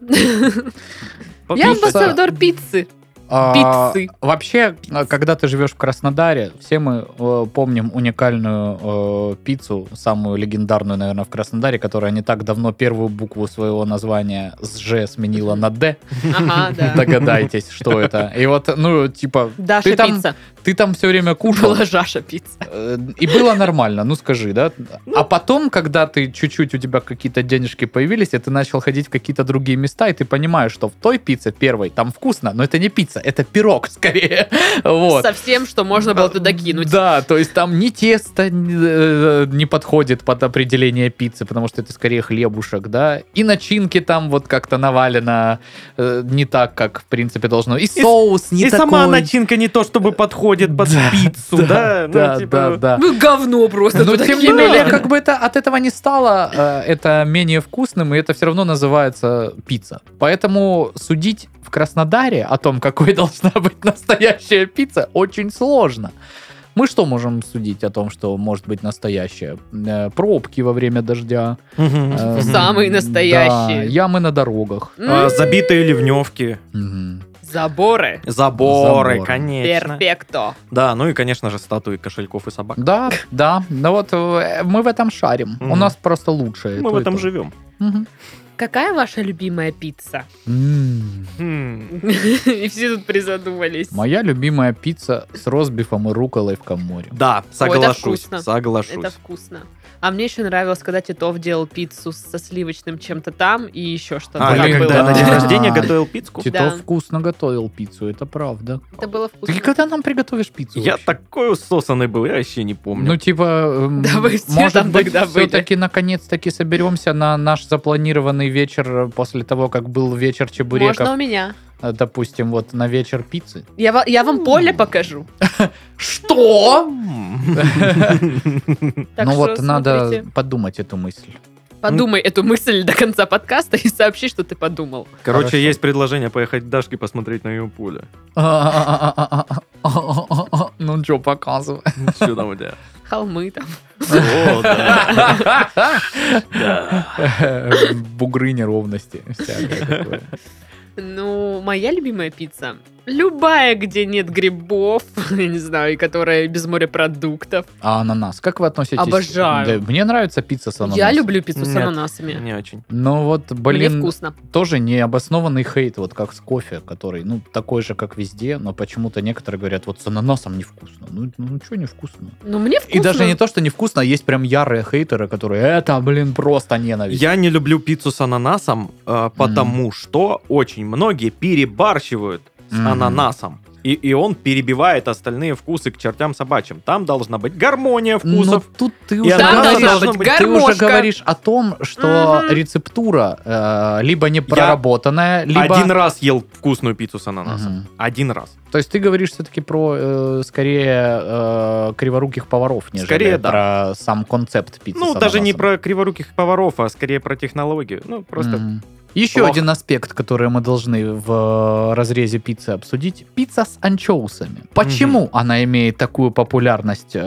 Speaker 3: попишется.
Speaker 1: амбассадор пиццы.
Speaker 2: А,
Speaker 1: Пиццы.
Speaker 2: Вообще, а, когда ты живешь в Краснодаре, все мы э, помним уникальную э, пиццу, самую легендарную, наверное, в Краснодаре, которая не так давно первую букву своего названия с Ж сменила на Д.
Speaker 1: Ага, да.
Speaker 2: Догадайтесь, что это. И вот, ну, типа,
Speaker 1: Даша
Speaker 2: ты там-
Speaker 1: пицца.
Speaker 2: ты там все время кушал,
Speaker 1: Была Жаша пицца.
Speaker 2: Э, И было нормально, ну скажи, да? А потом, когда ты чуть-чуть, у тебя какие-то денежки появились, и ты начал ходить в какие-то другие места, и ты понимаешь, что в той пицце первой там вкусно, но это не пицца, это пирог скорее. Вот.
Speaker 1: Со всем, что можно было туда кинуть.
Speaker 2: А, Да, то есть там ни тесто ни, э, не подходит под определение пиццы, потому что это скорее хлебушек, да, и начинки там вот как-то навалено э, не так, как в принципе должно, и, соус не
Speaker 3: И
Speaker 2: такой.
Speaker 3: сама начинка не то, чтобы подходит под
Speaker 2: Да,
Speaker 3: пиццу, да?
Speaker 2: да,
Speaker 3: Ну,
Speaker 2: да,
Speaker 3: типа,
Speaker 2: да, да.
Speaker 1: Ну, говно просто.
Speaker 2: Но
Speaker 1: туда
Speaker 2: тем не
Speaker 1: кинули.
Speaker 2: менее, как бы это от этого не стало, э, это менее вкусным, и это все равно называется пицца. Поэтому судить в Краснодаре о том, какой должна быть настоящая пицца, очень сложно. Мы что можем судить о том, что может быть настоящая? Э, Пробки во время дождя.
Speaker 3: Мгм.
Speaker 2: э,
Speaker 1: Самые
Speaker 2: да,
Speaker 1: настоящие.
Speaker 2: ямы на дорогах.
Speaker 1: М,
Speaker 3: А, Забитые ливневки,
Speaker 2: Мгм.
Speaker 1: Заборы.
Speaker 3: заборы,
Speaker 2: Заборы.
Speaker 3: конечно.
Speaker 1: Перфекто.
Speaker 3: Да, ну и, конечно же, статуи кошельков и собак.
Speaker 2: Да, да. Ну вот э, мы в этом шарим. У
Speaker 3: Мгм.
Speaker 2: нас просто лучшее.
Speaker 3: Мы
Speaker 2: то
Speaker 3: в
Speaker 2: и
Speaker 3: этом
Speaker 2: то.
Speaker 3: живем.
Speaker 2: Мгм.
Speaker 1: Какая ваша любимая пицца?
Speaker 2: М.
Speaker 3: Хм.
Speaker 1: И все тут призадумались.
Speaker 2: Моя любимая пицца с розбифом и руколой в каморе.
Speaker 3: Да, соглашусь.
Speaker 1: вкусно. Это
Speaker 3: Соглашусь.
Speaker 1: вкусно. А мне еще нравилось, когда Титов делал пиццу со сливочным чем-то там и еще что-то.
Speaker 3: А,
Speaker 1: там
Speaker 3: я
Speaker 2: Блин,
Speaker 1: было.
Speaker 3: когда на день
Speaker 2: да.
Speaker 3: рождения готовил пиццу?
Speaker 2: Титов
Speaker 1: Да.
Speaker 2: вкусно готовил пиццу, это правда.
Speaker 1: Это было вкусно.
Speaker 2: Ты когда нам приготовишь пиццу?
Speaker 3: Я
Speaker 2: вообще?
Speaker 3: такой усосанный был, я вообще не
Speaker 2: Ну,
Speaker 3: помню.
Speaker 2: типа, эм,
Speaker 1: Да вы все
Speaker 2: может
Speaker 1: там
Speaker 2: быть,
Speaker 1: тогда были.
Speaker 2: все-таки наконец-таки соберемся на наш запланированный вечер после того, как был вечер чебуреков,
Speaker 1: Можно у меня.
Speaker 2: э, допустим, вот на вечер пиццы.
Speaker 1: Я, ва- я вам поле покажу.
Speaker 3: Ну,
Speaker 2: Что?
Speaker 3: М.
Speaker 1: Так
Speaker 2: ну
Speaker 1: что
Speaker 2: вот надо
Speaker 1: смотрите.
Speaker 2: подумать эту мысль.
Speaker 1: Подумай эту мысль до конца подкаста и сообщи, что ты подумал.
Speaker 2: Хорошо.
Speaker 3: Короче, есть предложение поехать к Дашке посмотреть на ее поле.
Speaker 2: Ну что, показывай.
Speaker 3: Всё там у тебя.
Speaker 1: Холмы там.
Speaker 3: О, да. Да.
Speaker 2: Бугры неровности. всякое такое.
Speaker 1: Ну, моя любимая пицца. Любая, где нет грибов, я не знаю, и которая без морепродуктов.
Speaker 2: А ананас? Как вы относитесь?
Speaker 1: Обожаю.
Speaker 2: Да, мне нравится пицца с ананасом.
Speaker 1: Я люблю пиццу с
Speaker 3: Нет.
Speaker 1: ананасами.
Speaker 3: Не очень.
Speaker 2: Но вот,
Speaker 1: Мне
Speaker 2: блин,
Speaker 1: вкусно.
Speaker 2: тоже необоснованный хейт, вот как с кофе, который, ну, такой же, как везде, но почему-то некоторые говорят, вот с ананасом невкусно. Ну, ну что невкусно?
Speaker 1: Ну, мне вкусно.
Speaker 2: И даже не то, что невкусно, а есть прям ярые хейтеры, которые, это, блин, просто ненависть.
Speaker 3: Я не люблю пиццу с ананасом, э, потому что очень многие перебарщивают с
Speaker 2: Мгм.
Speaker 3: ананасом. И, и он перебивает остальные вкусы к чертям собачьим. Там должна быть гармония
Speaker 2: Но
Speaker 3: вкусов.
Speaker 2: тут ты
Speaker 3: И
Speaker 2: уже,
Speaker 3: ананас
Speaker 2: говоришь-
Speaker 3: должна
Speaker 1: быть
Speaker 2: ты уже
Speaker 1: гармошка.
Speaker 2: говоришь о том, что
Speaker 1: Мгм.
Speaker 2: рецептура э, либо не проработанная, либо...
Speaker 3: Один раз ел вкусную пиццу с ананасом.
Speaker 2: Мгм.
Speaker 3: Один раз.
Speaker 2: То есть ты говоришь все-таки про э, скорее э, криворуких поваров, нежели
Speaker 3: Скорее, да.
Speaker 2: про сам концепт пиццы.
Speaker 3: ну,
Speaker 2: с
Speaker 3: даже не
Speaker 2: ананасом.
Speaker 3: про криворуких поваров, а скорее про технологию. Ну, просто...
Speaker 2: Мгм. Еще
Speaker 3: плохо.
Speaker 2: один аспект, который мы должны в э, разрезе пиццы обсудить. Пицца с анчоусами. Почему она имеет такую популярность э,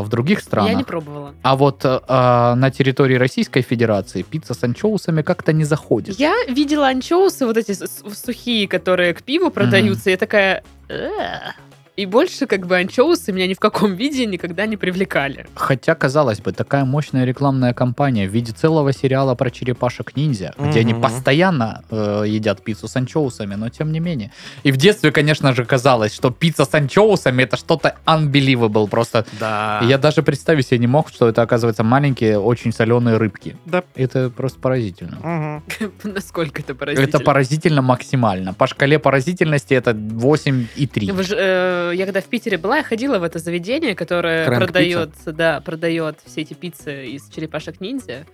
Speaker 2: в других странах?
Speaker 1: Я не пробовала.
Speaker 2: А вот э, э, на территории Российской Федерации пицца с анчоусами как-то не заходит.
Speaker 1: Я видела анчоусы, вот эти с- сухие, которые к пиву продаются, я такая... «Э». И больше как бы анчоусы меня ни в каком виде никогда не привлекали.
Speaker 2: Хотя, казалось бы, такая мощная рекламная кампания в виде целого сериала про черепашек-ниндзя, где они
Speaker 3: Мгм.
Speaker 2: постоянно э, едят пиццу с анчоусами, но тем не менее. И в детстве, конечно же, казалось, что пицца с анчоусами это что-то unbelievable просто.
Speaker 3: Да.
Speaker 2: Я даже представить себе не мог, что это, оказывается, маленькие, очень соленые рыбки.
Speaker 3: Да.
Speaker 2: Это просто поразительно.
Speaker 3: Мгм.
Speaker 1: Насколько это поразительно.
Speaker 2: Это поразительно максимально. По шкале поразительности это 8 и 3.
Speaker 1: В Ж- э, я когда в Питере была, я ходила в это заведение, которое
Speaker 3: Крэнк
Speaker 1: продает, да, продает все эти пиццы из черепашек ниндзя.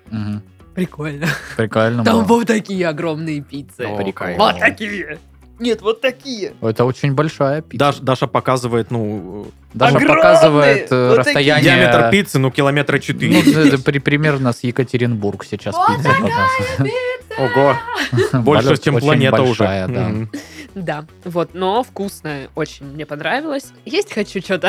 Speaker 1: Прикольно.
Speaker 2: Прикольно.
Speaker 1: Там
Speaker 2: было.
Speaker 1: вот такие огромные пиццы.
Speaker 3: О,
Speaker 2: Прикольно.
Speaker 1: Вот такие.
Speaker 4: Нет, вот такие.
Speaker 2: Это очень большая пицца.
Speaker 3: Даш- Даша показывает, ну,
Speaker 2: Даже
Speaker 4: огромные!
Speaker 2: показывает э,
Speaker 4: Вот
Speaker 2: расстояние...
Speaker 4: такие.
Speaker 3: диаметр пиццы, ну, километра
Speaker 2: Ну,
Speaker 3: 4.
Speaker 2: это при- примерно с Екатеринбург сейчас
Speaker 1: Вот
Speaker 2: пицца. Ну,
Speaker 3: Ого, больше, чем планета уже. Мгм.
Speaker 1: Да, вот, но вкусная очень мне понравилось. Есть хочу что-то.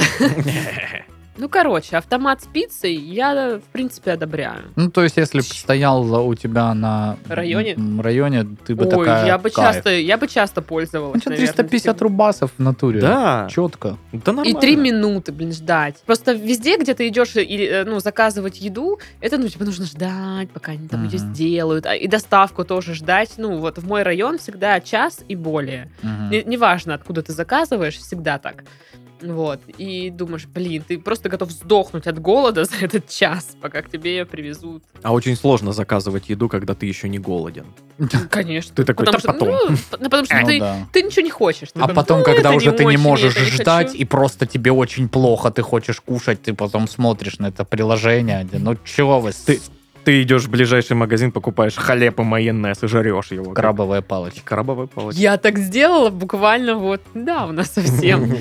Speaker 1: Ну, короче, автомат с пиццей я, в принципе, одобряю.
Speaker 2: Ну, то есть, если бы стоял у тебя на
Speaker 1: Районе?
Speaker 2: м, районе, ты бы
Speaker 1: Ой,
Speaker 2: такая...
Speaker 1: я бы
Speaker 2: кайф.
Speaker 1: часто, я бы часто
Speaker 2: Ну,
Speaker 1: пользовалась.
Speaker 2: чё,
Speaker 1: наверное,
Speaker 2: 350
Speaker 1: всем.
Speaker 2: рубасов в натуре.
Speaker 3: Да,
Speaker 2: Четко.
Speaker 3: да нормально.
Speaker 1: И три минуты, блин, ждать. Просто везде, где ты идешь, и, э, ну, заказывать еду, это, ну, типа, нужно ждать, пока они там ее
Speaker 2: Мгм.
Speaker 1: сделают. А И доставку тоже ждать. Ну, вот в мой район всегда час и более. Не- Неважно, откуда ты заказываешь, всегда так. Вот. И думаешь, блин, ты просто готов сдохнуть от голода за этот час, пока к тебе ее привезут.
Speaker 3: А очень сложно заказывать еду, когда ты еще не голоден.
Speaker 1: Ну, Конечно.
Speaker 3: Ты такой, да
Speaker 1: Потому что,
Speaker 3: потом.
Speaker 1: ну, по- ну, потому что
Speaker 2: Ну
Speaker 1: ты,
Speaker 2: да.
Speaker 1: ты ничего не хочешь. Ты
Speaker 2: А
Speaker 1: такой,
Speaker 2: потом,
Speaker 1: «Ну,
Speaker 2: когда
Speaker 1: это
Speaker 2: уже ты не
Speaker 1: очень,
Speaker 2: можешь
Speaker 1: это не хочу».
Speaker 2: ждать, и просто тебе очень плохо, ты хочешь кушать, ты потом смотришь на это приложение. Ну, чего вы,
Speaker 3: Ты-
Speaker 2: ты...
Speaker 3: Ты идешь в ближайший магазин, покупаешь хлеб и майонез и жрешь его.
Speaker 2: крабовая палочка.
Speaker 3: Крабовая палочка.
Speaker 1: Я так сделала буквально вот недавно совсем.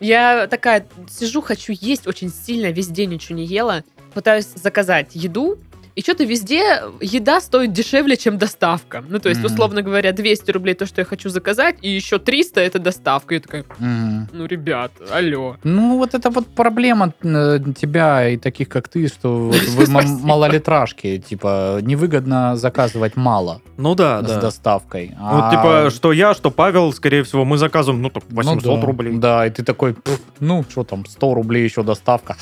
Speaker 1: Я такая сижу, хочу есть очень сильно, весь день ничего не ела. Пытаюсь заказать еду, и что-то везде еда стоит дешевле, чем доставка. Ну, то есть,
Speaker 2: Мгм.
Speaker 1: условно говоря, 200 рублей то, что я хочу заказать, и еще 300 это доставка. Я такая,
Speaker 2: Мгм.
Speaker 1: ну, ребят, алло.
Speaker 2: Ну, вот это вот проблема э, тебя и таких, как ты, что вот вы м-
Speaker 1: Спасибо.
Speaker 2: малолитражки, типа, невыгодно заказывать мало
Speaker 3: Ну да,
Speaker 2: с
Speaker 3: да.
Speaker 2: доставкой.
Speaker 3: Ну,
Speaker 2: А-
Speaker 3: типа, что я, что Павел, скорее всего, мы заказываем, ну, так,
Speaker 2: Ну
Speaker 3: 800
Speaker 2: да,
Speaker 3: рублей.
Speaker 2: Да, и ты такой, «Пф, ну, что там, 100 рублей еще доставка,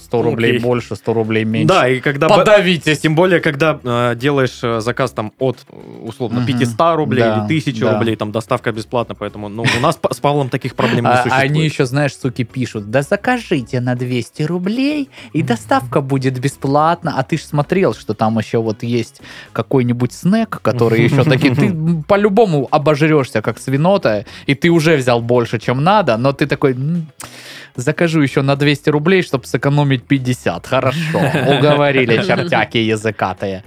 Speaker 2: 100 рублей
Speaker 3: Ну, Окей.
Speaker 2: больше, 100 рублей меньше.
Speaker 3: Да, и когда... б-
Speaker 2: Подавитесь!
Speaker 3: Тем более, когда э, делаешь э, заказ там от, э, условно,
Speaker 2: Мгм.
Speaker 3: 500 рублей
Speaker 2: Да,
Speaker 3: или 1000
Speaker 2: да.
Speaker 3: рублей, там доставка бесплатна, поэтому, ну, у нас п- с Павлом таких проблем не
Speaker 2: А, а
Speaker 3: существует.
Speaker 2: они еще, знаешь, суки пишут, да закажите на 200 рублей, и доставка будет бесплатна. А ты ж смотрел, что там еще вот есть какой-нибудь снэк, который еще таки, ты м, по-любому обожрешься, как свинота, и ты уже взял больше, чем надо, но ты такой, «М, закажу еще на 200 рублей, чтобы сэкономить 50. Хорошо, уговорили чертяки языкатые.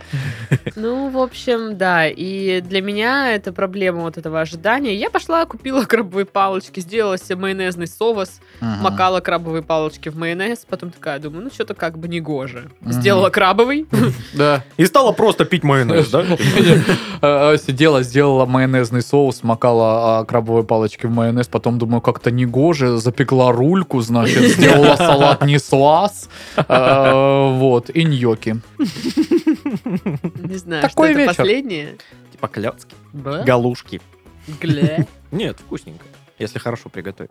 Speaker 1: Ну, в общем, да. И для меня это проблема вот этого ожидания. Я пошла, купила крабовые палочки, сделала себе майонезный соус, макала крабовые палочки в майонез, потом такая, думаю, ну что-то как бы негоже.
Speaker 2: Мгм.
Speaker 1: Сделала крабовый,
Speaker 2: Да.
Speaker 3: И стало просто пить майонез, да?
Speaker 2: Э, э, Сидела, сделала майонезный соус, макала а, крабовые палочки в майонез, потом, думаю, как-то негоже, запекла рульку, значит, сделала салат несуаз, э, вот, и ньоки.
Speaker 1: не знаю,
Speaker 2: Такой
Speaker 1: что это
Speaker 2: вечер.
Speaker 1: последнее.
Speaker 3: Типа кляцки,
Speaker 1: Б.
Speaker 3: галушки.
Speaker 1: Гля.
Speaker 3: Нет, вкусненько. Если хорошо приготовить.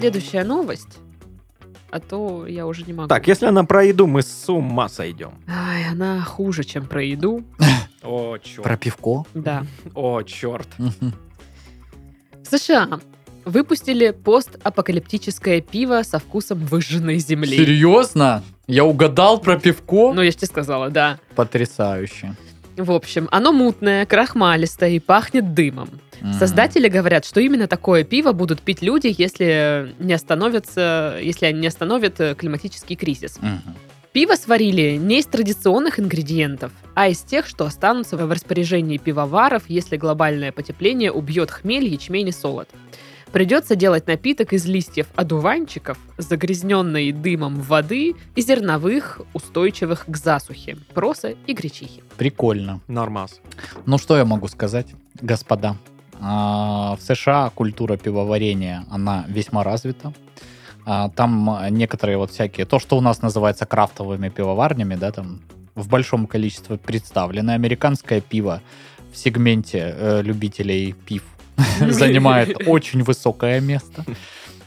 Speaker 1: Следующая новость. А то я уже не могу.
Speaker 3: Так, если она про еду, мы с ума сойдем.
Speaker 1: Ай, она хуже, чем про еду.
Speaker 3: О, черт.
Speaker 2: Про пивко?
Speaker 1: Да.
Speaker 3: О, черт.
Speaker 2: Мгм.
Speaker 1: В США выпустили постапокалиптическое пиво со вкусом выжженной земли.
Speaker 2: Серьезно? Я угадал про пивко?
Speaker 1: Ну, я же тебе сказала, да.
Speaker 2: Потрясающе.
Speaker 1: В общем, оно мутное, крахмалистое и пахнет дымом.
Speaker 2: М.
Speaker 1: Создатели говорят, что именно такое пиво будут пить люди, если не остановятся, если они не остановят э, климатический кризис.
Speaker 2: Мгм.
Speaker 1: Пиво сварили не из традиционных ингредиентов, а из тех, что останутся в распоряжении пивоваров, если глобальное потепление убьет хмель, ячмень и солод. Придется делать напиток из листьев одуванчиков, загрязненной дымом воды и зерновых, устойчивых к засухе, проса и гречихи.
Speaker 2: Прикольно.
Speaker 3: Нормас.
Speaker 2: Ну, что я могу сказать, господа? А, В США культура пивоварения, она весьма развита. А, Там а, некоторые вот всякие, то, что у нас называется крафтовыми пивоварнями, да, там в большом количестве представлено. Американское пиво в сегменте э, любителей пив занимает очень высокое место.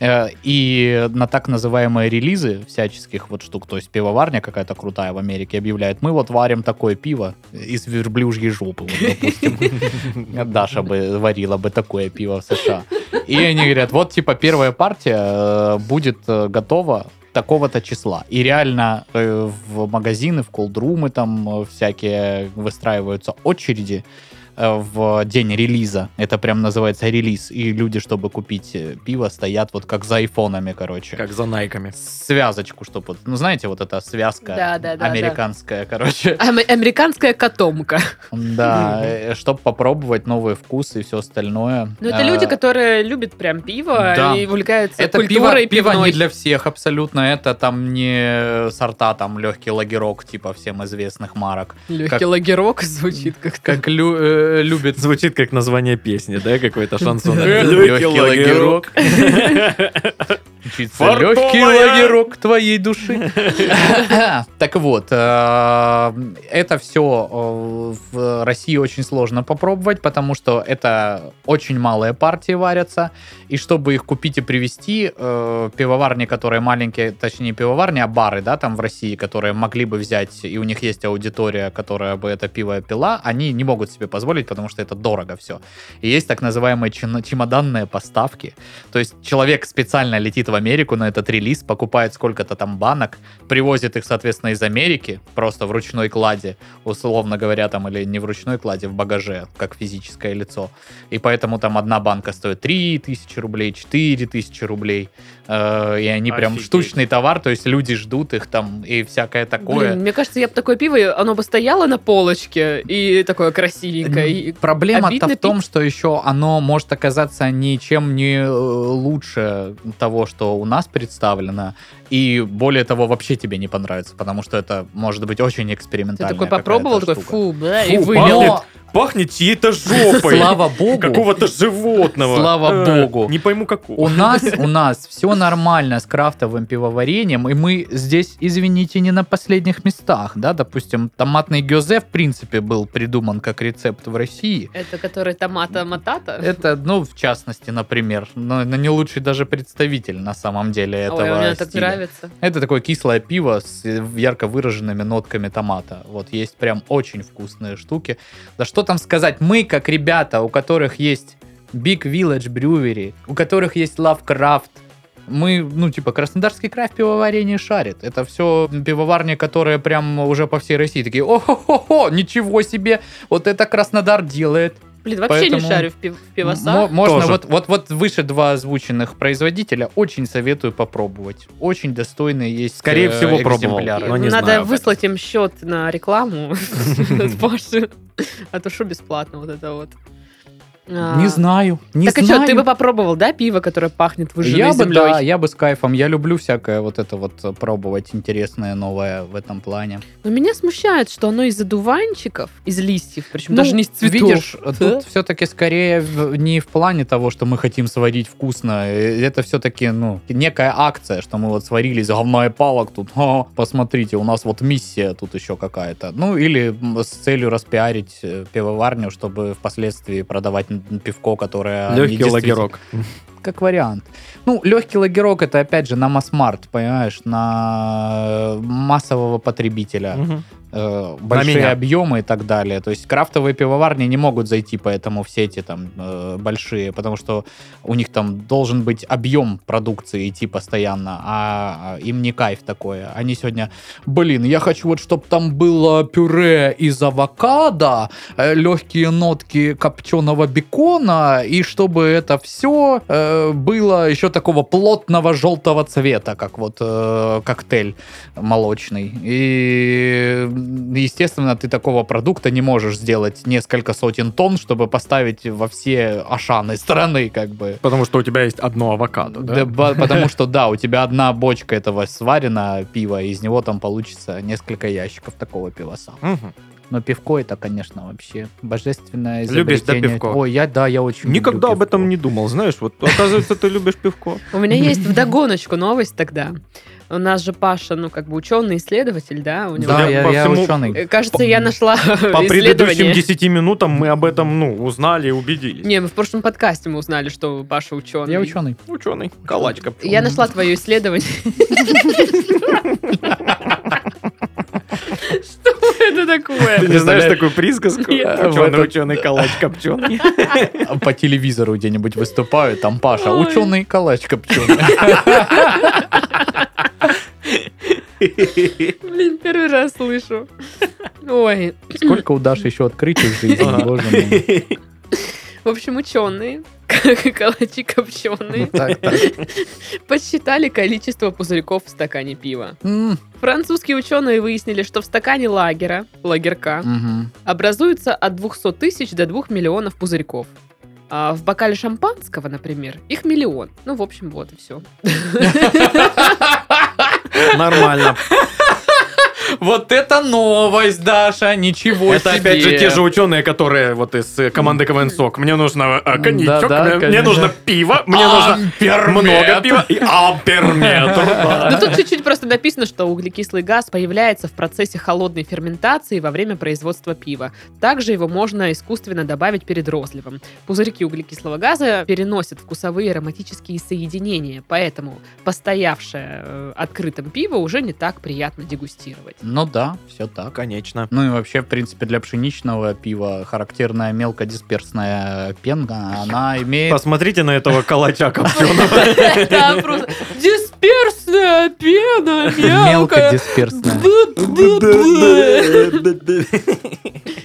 Speaker 2: Э, И на так называемые релизы всяческих вот штук, то есть пивоварня какая-то крутая в Америке объявляет, мы вот варим такое пиво из верблюжьей жопы, вот, допустим. Даша бы варила бы такое пиво в США. И они говорят, вот типа первая партия э, будет э, готова такого-то числа. И реально э, в магазины, в колдрумы там э, всякие выстраиваются очереди э, в день релиза. Это прям называется релиз. И люди, чтобы купить э, пиво, стоят вот как за айфонами, короче.
Speaker 3: Как за найками.
Speaker 2: Связочку, чтобы вот, ну знаете, вот эта связка
Speaker 1: Да, да, да, да.
Speaker 2: американская, короче.
Speaker 1: Ам- А Американская котомка.
Speaker 2: Да, чтобы попробовать новые вкусы и все остальное.
Speaker 1: Ну, это
Speaker 2: Э,
Speaker 1: люди, которые любят прям пиво
Speaker 2: да.
Speaker 1: и увлекаются
Speaker 2: это пиво,
Speaker 1: культурой
Speaker 2: пиво
Speaker 1: пивной.
Speaker 2: не для всех абсолютно. Это там не сорта, там легкий лагерок, типа всем известных марок.
Speaker 1: Легкий
Speaker 2: как-
Speaker 1: лагерок звучит как-то.
Speaker 2: Как лю- э, любит
Speaker 3: Звучит как название песни, да, какой-то шансон.
Speaker 1: Да.
Speaker 2: Легкий лагерок. Чисто
Speaker 3: Фартовая.
Speaker 2: легкий лагерок твоей души. Так вот, э, это все в России очень сложно попробовать, потому что это очень малые партии варятся. И чтобы их купить и привезти, э, пивоварни, которые маленькие, точнее не пивоварни, а бары, да, там в России, которые могли бы взять, и у них есть аудитория, которая бы это пиво пила, они не могут себе позволить, потому что это дорого все. И есть так называемые чемоданные чемоданные поставки. То есть человек специально летит в Америку на этот релиз, покупает сколько-то там банок, привозит их, соответственно, из Америки, просто в ручной кладе, условно говоря, там, или не в ручной кладе, в багаже, как физическое лицо. И поэтому там одна банка стоит 3000 рублей, 4000 рублей. Э, И они прям
Speaker 3: Офигеть.
Speaker 2: штучный товар, то есть люди ждут их там и всякое такое.
Speaker 1: Блин, мне кажется, я бы такое пиво, оно бы стояло на полочке и такое красивенькое. и-
Speaker 2: Проблема-то
Speaker 1: обидно
Speaker 2: в том, что еще оно может оказаться ничем не э, лучше того, что у нас представлено. И более того, вообще тебе не понравится, потому что это может быть очень
Speaker 1: Ты
Speaker 2: экспериментально.
Speaker 1: такой попробовал, такой фу, бля, и
Speaker 3: Фу,
Speaker 1: вылил.
Speaker 3: пахнет. Пахнет чьей-то жопой.
Speaker 2: Слава богу.
Speaker 3: Какого-то животного.
Speaker 2: Слава
Speaker 3: Э,
Speaker 2: богу.
Speaker 3: Не пойму, какого.
Speaker 2: У нас, у нас все нормально с крафтовым пивоварением, и мы здесь, извините, не на последних местах, да, допустим, томатный гёзе, в принципе, был придуман как рецепт в России,
Speaker 1: Это который томата матата?
Speaker 2: Это, ну, в частности, например, но но не лучший даже представитель на самом деле этого
Speaker 1: Ой, мне так
Speaker 2: стиля.
Speaker 1: нравится.
Speaker 2: Это такое кислое пиво с э, ярко выраженными нотками томата. Вот есть прям очень вкусные штуки. Да что там сказать, мы, как ребята, у которых есть Big Village Brewery, у которых есть Lovecraft, мы, ну, типа, Краснодарский край в пивоварении шарит. Это все пивоварни, которые прям уже по всей России такие, о-хо-хо-хо, ничего себе, вот это Краснодар делает.
Speaker 1: Блин, вообще не
Speaker 2: Поэтому-
Speaker 1: шарю в пив- в
Speaker 2: Мо-
Speaker 1: пивосах.
Speaker 2: Можно
Speaker 3: Тоже.
Speaker 2: вот, вот, вот выше два озвученных производителя очень советую попробовать. Очень достойные есть.
Speaker 3: Скорее
Speaker 2: э,
Speaker 3: всего, пробовал.
Speaker 2: экземпляры.
Speaker 3: Но не
Speaker 1: Надо
Speaker 3: знаю об
Speaker 1: выслать им счет на рекламу от Паши. А то что бесплатно вот это вот. А,
Speaker 2: Не знаю. Не
Speaker 1: Так а
Speaker 2: знаю.
Speaker 1: что, ты бы попробовал, да, пиво, которое пахнет выжженной
Speaker 2: я бы, да,
Speaker 1: землей?
Speaker 2: я бы с кайфом. Я люблю всякое вот это вот э, пробовать интересное, новое в этом плане.
Speaker 1: Но меня смущает, что оно из одуванчиков, из листьев, причем
Speaker 2: Ну,
Speaker 1: даже не из цветов.
Speaker 2: Видишь,
Speaker 1: Да?
Speaker 2: тут все-таки скорее в- не в плане того, что мы хотим сварить вкусно. Э, Это все-таки, ну, некая акция, что мы вот сварили из говна и палок тут. «Ха, посмотрите, у нас вот миссия тут еще какая-то. Ну, или м, с целью распиарить э, пивоварню, чтобы впоследствии продавать м, пивко, которое... они
Speaker 3: Легкий
Speaker 2: действительно-
Speaker 3: лагерок.
Speaker 2: Как вариант. Ну, легкий лагерок это опять же на масс-март, понимаешь, на э, массового потребителя
Speaker 3: Мгм.
Speaker 2: э, большие
Speaker 3: меня.
Speaker 2: объемы и так далее. То есть крафтовые пивоварни не могут зайти поэтому в сети там э, большие, потому что у них там должен быть объем продукции идти постоянно, а им не кайф такое. Они сегодня, блин, я хочу вот, чтобы там было пюре из авокадо, э, легкие нотки копченого бекона, и чтобы это все было еще такого плотного желтого цвета, как вот э, коктейль молочный. И, м, естественно, ты такого продукта не можешь сделать несколько сотен тонн, чтобы поставить во все ашаны страны, как бы.
Speaker 3: Потому что у тебя есть одно авокадо,
Speaker 2: Да,
Speaker 3: Ну да?
Speaker 2: ба- потому что, да, у тебя одна бочка этого сварена пива, и из него там получится несколько ящиков такого пивоса.
Speaker 3: Мгм.
Speaker 2: Но пивко это, конечно, вообще божественное изобретение.
Speaker 3: Любишь, да, пивко?
Speaker 2: Ой, я, да, я очень люблю
Speaker 3: Никогда об
Speaker 2: пивко.
Speaker 3: этом не думал, знаешь, вот оказывается, ты любишь пивко.
Speaker 1: У меня есть вдогоночку новость тогда. У нас же Паша, ну, как бы ученый-исследователь, да, у него.
Speaker 2: Да,
Speaker 3: Я
Speaker 2: я,
Speaker 3: по
Speaker 2: я
Speaker 3: всему-
Speaker 2: ученый.
Speaker 1: Э, Кажется, я нашла
Speaker 3: По предыдущим
Speaker 1: исследование.
Speaker 3: 10 минутам мы об этом, ну, узнали и убедились.
Speaker 1: Не, мы в прошлом подкасте мы узнали, что Паша ученый.
Speaker 2: Я ученый.
Speaker 3: Ученый, калачка.
Speaker 1: Я нашла твое исследование. Что это
Speaker 3: Ты
Speaker 1: такое?
Speaker 3: не знаешь такую присказку?
Speaker 1: Нет.
Speaker 3: Ученый,
Speaker 2: В этот-
Speaker 3: ученый, калач, копченый.
Speaker 2: По телевизору где-нибудь выступаю, там Паша,
Speaker 1: Ой.
Speaker 2: ученый, калач копченый.
Speaker 1: Блин, первый раз слышу. Ой,
Speaker 2: Сколько у Даши еще открытий в жизни?
Speaker 3: Ага.
Speaker 2: боже мой.
Speaker 1: в общем, ученые, как калачи копченые,
Speaker 2: Ну, Так, так.
Speaker 1: подсчитали количество пузырьков в стакане пива.
Speaker 2: М,
Speaker 1: Французские ученые выяснили, что в стакане лагера, лагерка,
Speaker 2: мгм.
Speaker 1: образуется от 200 тысяч до 2 миллионов пузырьков. А в бокале шампанского, например, их миллион. Ну, в общем, вот и все.
Speaker 3: Нормально.
Speaker 2: Вот это новость, Даша, ничего
Speaker 3: Это
Speaker 2: себе.
Speaker 3: опять же те же ученые, которые вот из э, команды КВН СОК. Мне нужно э, коньячок,
Speaker 2: Да-да,
Speaker 3: мне- мне
Speaker 2: конечно.
Speaker 3: нужно пиво, мне нужно много пива и
Speaker 2: А.
Speaker 3: амперметр.
Speaker 1: Ну, тут чуть-чуть просто написано, что углекислый газ появляется в процессе холодной ферментации во время производства пива. Также его можно искусственно добавить перед розливом. Пузырьки углекислого газа переносят вкусовые и ароматические соединения, поэтому постоявшее э, открытым пиво уже не так приятно дегустировать.
Speaker 2: Ну да, все так.
Speaker 3: Конечно.
Speaker 2: Ну и вообще, в принципе, для пшеничного пива характерная мелкодисперсная пенка, она имеет...
Speaker 3: Посмотрите на этого калача копченого.
Speaker 1: Да, просто Дисперсная пена мелкая.
Speaker 2: Мелкодисперсная.
Speaker 1: Бу-бу-бу.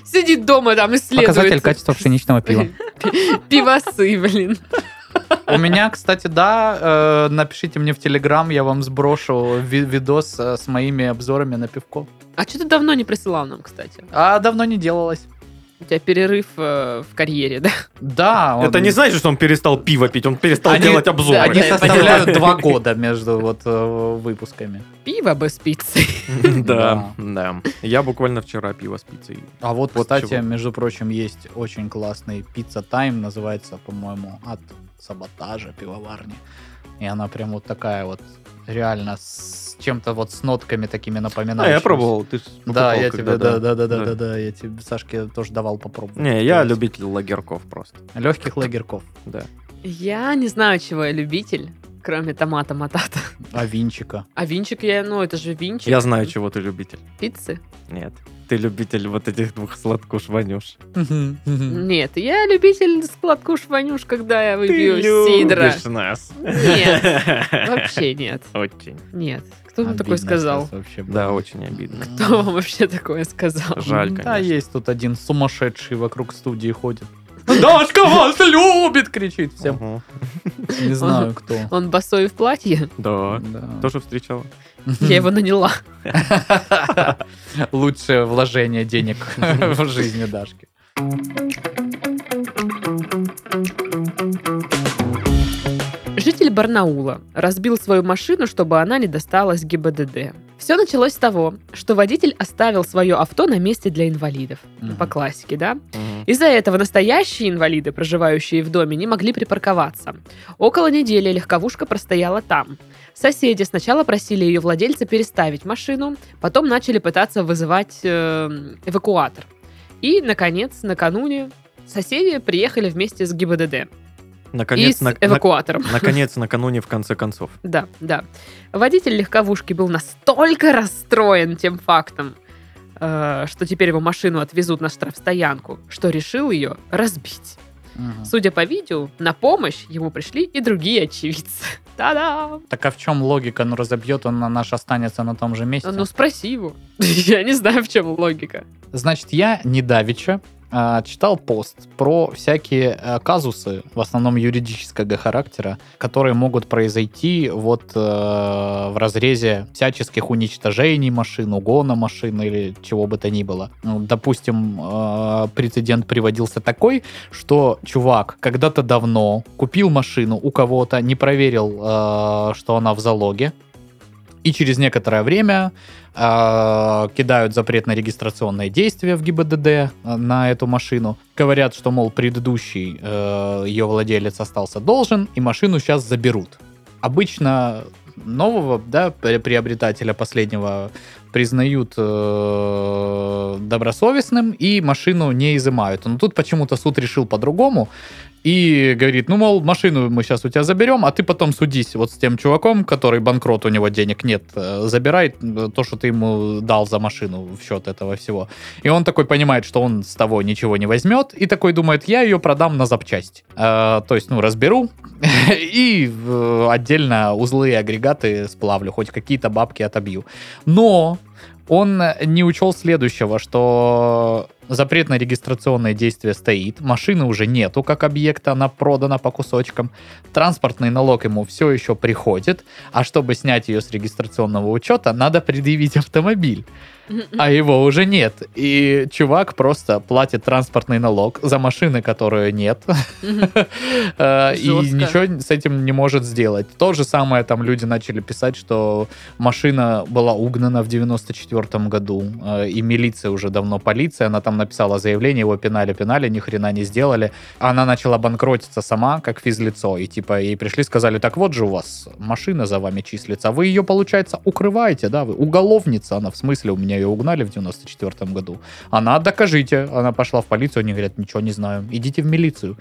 Speaker 1: Сидит дома там исследует.
Speaker 2: Показатель качества пшеничного пива.
Speaker 1: Пивосы, блин.
Speaker 2: У меня, кстати, да, э, напишите мне в Телеграм, я вам сброшу ви- видос э, с моими обзорами на пивко.
Speaker 1: А что ты давно не присылал нам, кстати?
Speaker 2: А давно не делалось.
Speaker 1: У тебя перерыв э, в карьере, да?
Speaker 2: Да. он-
Speaker 3: Это не значит, что он перестал пиво пить, он перестал
Speaker 2: Они-
Speaker 3: делать
Speaker 1: да,
Speaker 2: Они
Speaker 3: обзоры.
Speaker 1: это-
Speaker 2: составляют два года между вот э, выпусками.
Speaker 1: Пиво без пиццы.
Speaker 3: Да, да. Я буквально вчера пиво с пиццей.
Speaker 2: А вот,
Speaker 3: Вот
Speaker 2: кстати,
Speaker 3: чего.
Speaker 2: между прочим, есть очень классный пицца тайм, называется, по-моему, от саботажа пивоварни. И она прям вот такая вот реально с чем-то вот с нотками такими
Speaker 3: А,
Speaker 2: напоминающими.
Speaker 3: я пробовал, ты ж
Speaker 2: Да,
Speaker 3: покупал
Speaker 2: я тебе,
Speaker 3: когда-то.
Speaker 2: да, да, да, да,
Speaker 3: Да.
Speaker 2: да, да, я тебе, Сашке тоже давал попробовать.
Speaker 3: Не, я любитель лагерков просто.
Speaker 2: Легких лагерков.
Speaker 3: Да.
Speaker 1: Я не знаю, чего я любитель, кроме томата матата.
Speaker 2: А винчика.
Speaker 1: А винчик я, ну, это же винчик.
Speaker 3: Я знаю, чего ты любитель.
Speaker 1: Пиццы?
Speaker 3: Нет. Ты любитель вот этих двух сладкуш вонюш.
Speaker 1: Нет, я любитель складку шванюш, когда я
Speaker 3: Ты
Speaker 1: выпью сидра.
Speaker 3: любишь нас.
Speaker 1: Нет, вообще нет.
Speaker 3: Очень.
Speaker 1: Нет. Кто вам
Speaker 2: Обидно
Speaker 1: такое сказал?
Speaker 2: сейчас вообще было.
Speaker 3: Да, очень обидно.
Speaker 1: Кто вам вообще такое сказал?
Speaker 3: Жаль,
Speaker 2: Да,
Speaker 3: конечно.
Speaker 2: есть тут один сумасшедший вокруг студии ходит. Дашка вас любит, кричит всем.
Speaker 3: Мгм.
Speaker 2: Не знаю кто.
Speaker 1: Он босой в платье?
Speaker 3: Да.
Speaker 2: Да.
Speaker 3: Тоже встречала.
Speaker 1: Я его наняла.
Speaker 2: Лучшее вложение денег в жизни Дашки.
Speaker 1: Житель Барнаула разбил свою машину, чтобы она не досталась ГИБДД. Все началось с того, что водитель оставил свое авто на месте для инвалидов. Ну,
Speaker 2: Мгм.
Speaker 1: По классике, да? Из-за этого настоящие инвалиды, проживающие в доме, не могли припарковаться. Около недели легковушка простояла там. Соседи сначала просили ее владельца переставить машину, потом начали пытаться вызывать э, эвакуатор. И, наконец, накануне соседи приехали вместе с ГИБДД и
Speaker 3: Наконец,
Speaker 1: с
Speaker 3: на- на-
Speaker 1: эвакуатором.
Speaker 3: наконец, накануне, в конце концов.
Speaker 1: Да, да. Водитель легковушки был настолько расстроен тем фактом, э, что теперь его машину отвезут на штрафстоянку, что решил ее разбить.
Speaker 2: Мгм.
Speaker 1: Судя по видео, на помощь ему пришли и другие очевидцы. Та-дам!
Speaker 2: Так а в чем логика? Ну разобьет он на наш, останется на том же месте.
Speaker 1: Ну, спроси его. Я не знаю, в чем логика.
Speaker 2: Значит, я недавеча а, читал пост про всякие э, казусы, в основном юридического характера, которые могут произойти вот э, в разрезе всяческих уничтожений машин, угона машин или чего бы то ни было. Ну, допустим, э, прецедент приводился такой, что чувак когда-то давно купил машину у кого-то, не проверил, э, что она в залоге, и через некоторое время э, кидают запрет на регистрационное действие в ГИБДД э, на эту машину. Говорят, что, мол, предыдущий э, ее владелец остался должен, и машину сейчас заберут. Обычно нового да, пре- приобретателя последнего признают э, добросовестным и машину не изымают. Но тут почему-то суд решил по-другому, И говорит, ну, мол, машину мы сейчас у тебя заберем, а ты потом судись вот с тем чуваком, который банкрот, у него денег нет, э, забирай э, то, что ты ему дал за машину в счет этого всего. И он такой понимает, что он с того ничего не возьмет, и такой думает, я ее продам на запчасть. Э, то есть, ну, разберу и э, отдельно узлы и агрегаты сплавлю, хоть какие-то бабки отобью. Но он не учел следующего, что запрет на регистрационное действие стоит, машины уже нету как объекта, она продана по кусочкам, транспортный налог ему все еще приходит, а чтобы снять ее с регистрационного учета, надо предъявить автомобиль а его уже нет. И чувак просто платит транспортный налог за машины, которые нет,
Speaker 1: Мгм.
Speaker 2: Э, и
Speaker 1: Жестко.
Speaker 2: ничего с этим не может сделать. То же самое там люди начали писать, что машина была угнана в 94 году, э, и милиция уже давно полиция, она там написала заявление, его пинали-пинали, ни хрена не сделали. Она начала банкротиться сама, как физлицо, и типа ей пришли, сказали, так вот же у вас машина за вами числится, а вы ее, получается, укрываете, да, вы уголовница, она в смысле, у меня ее угнали в 94 году. Она, докажите, она пошла в полицию, они говорят, ничего не знаю, идите в милицию.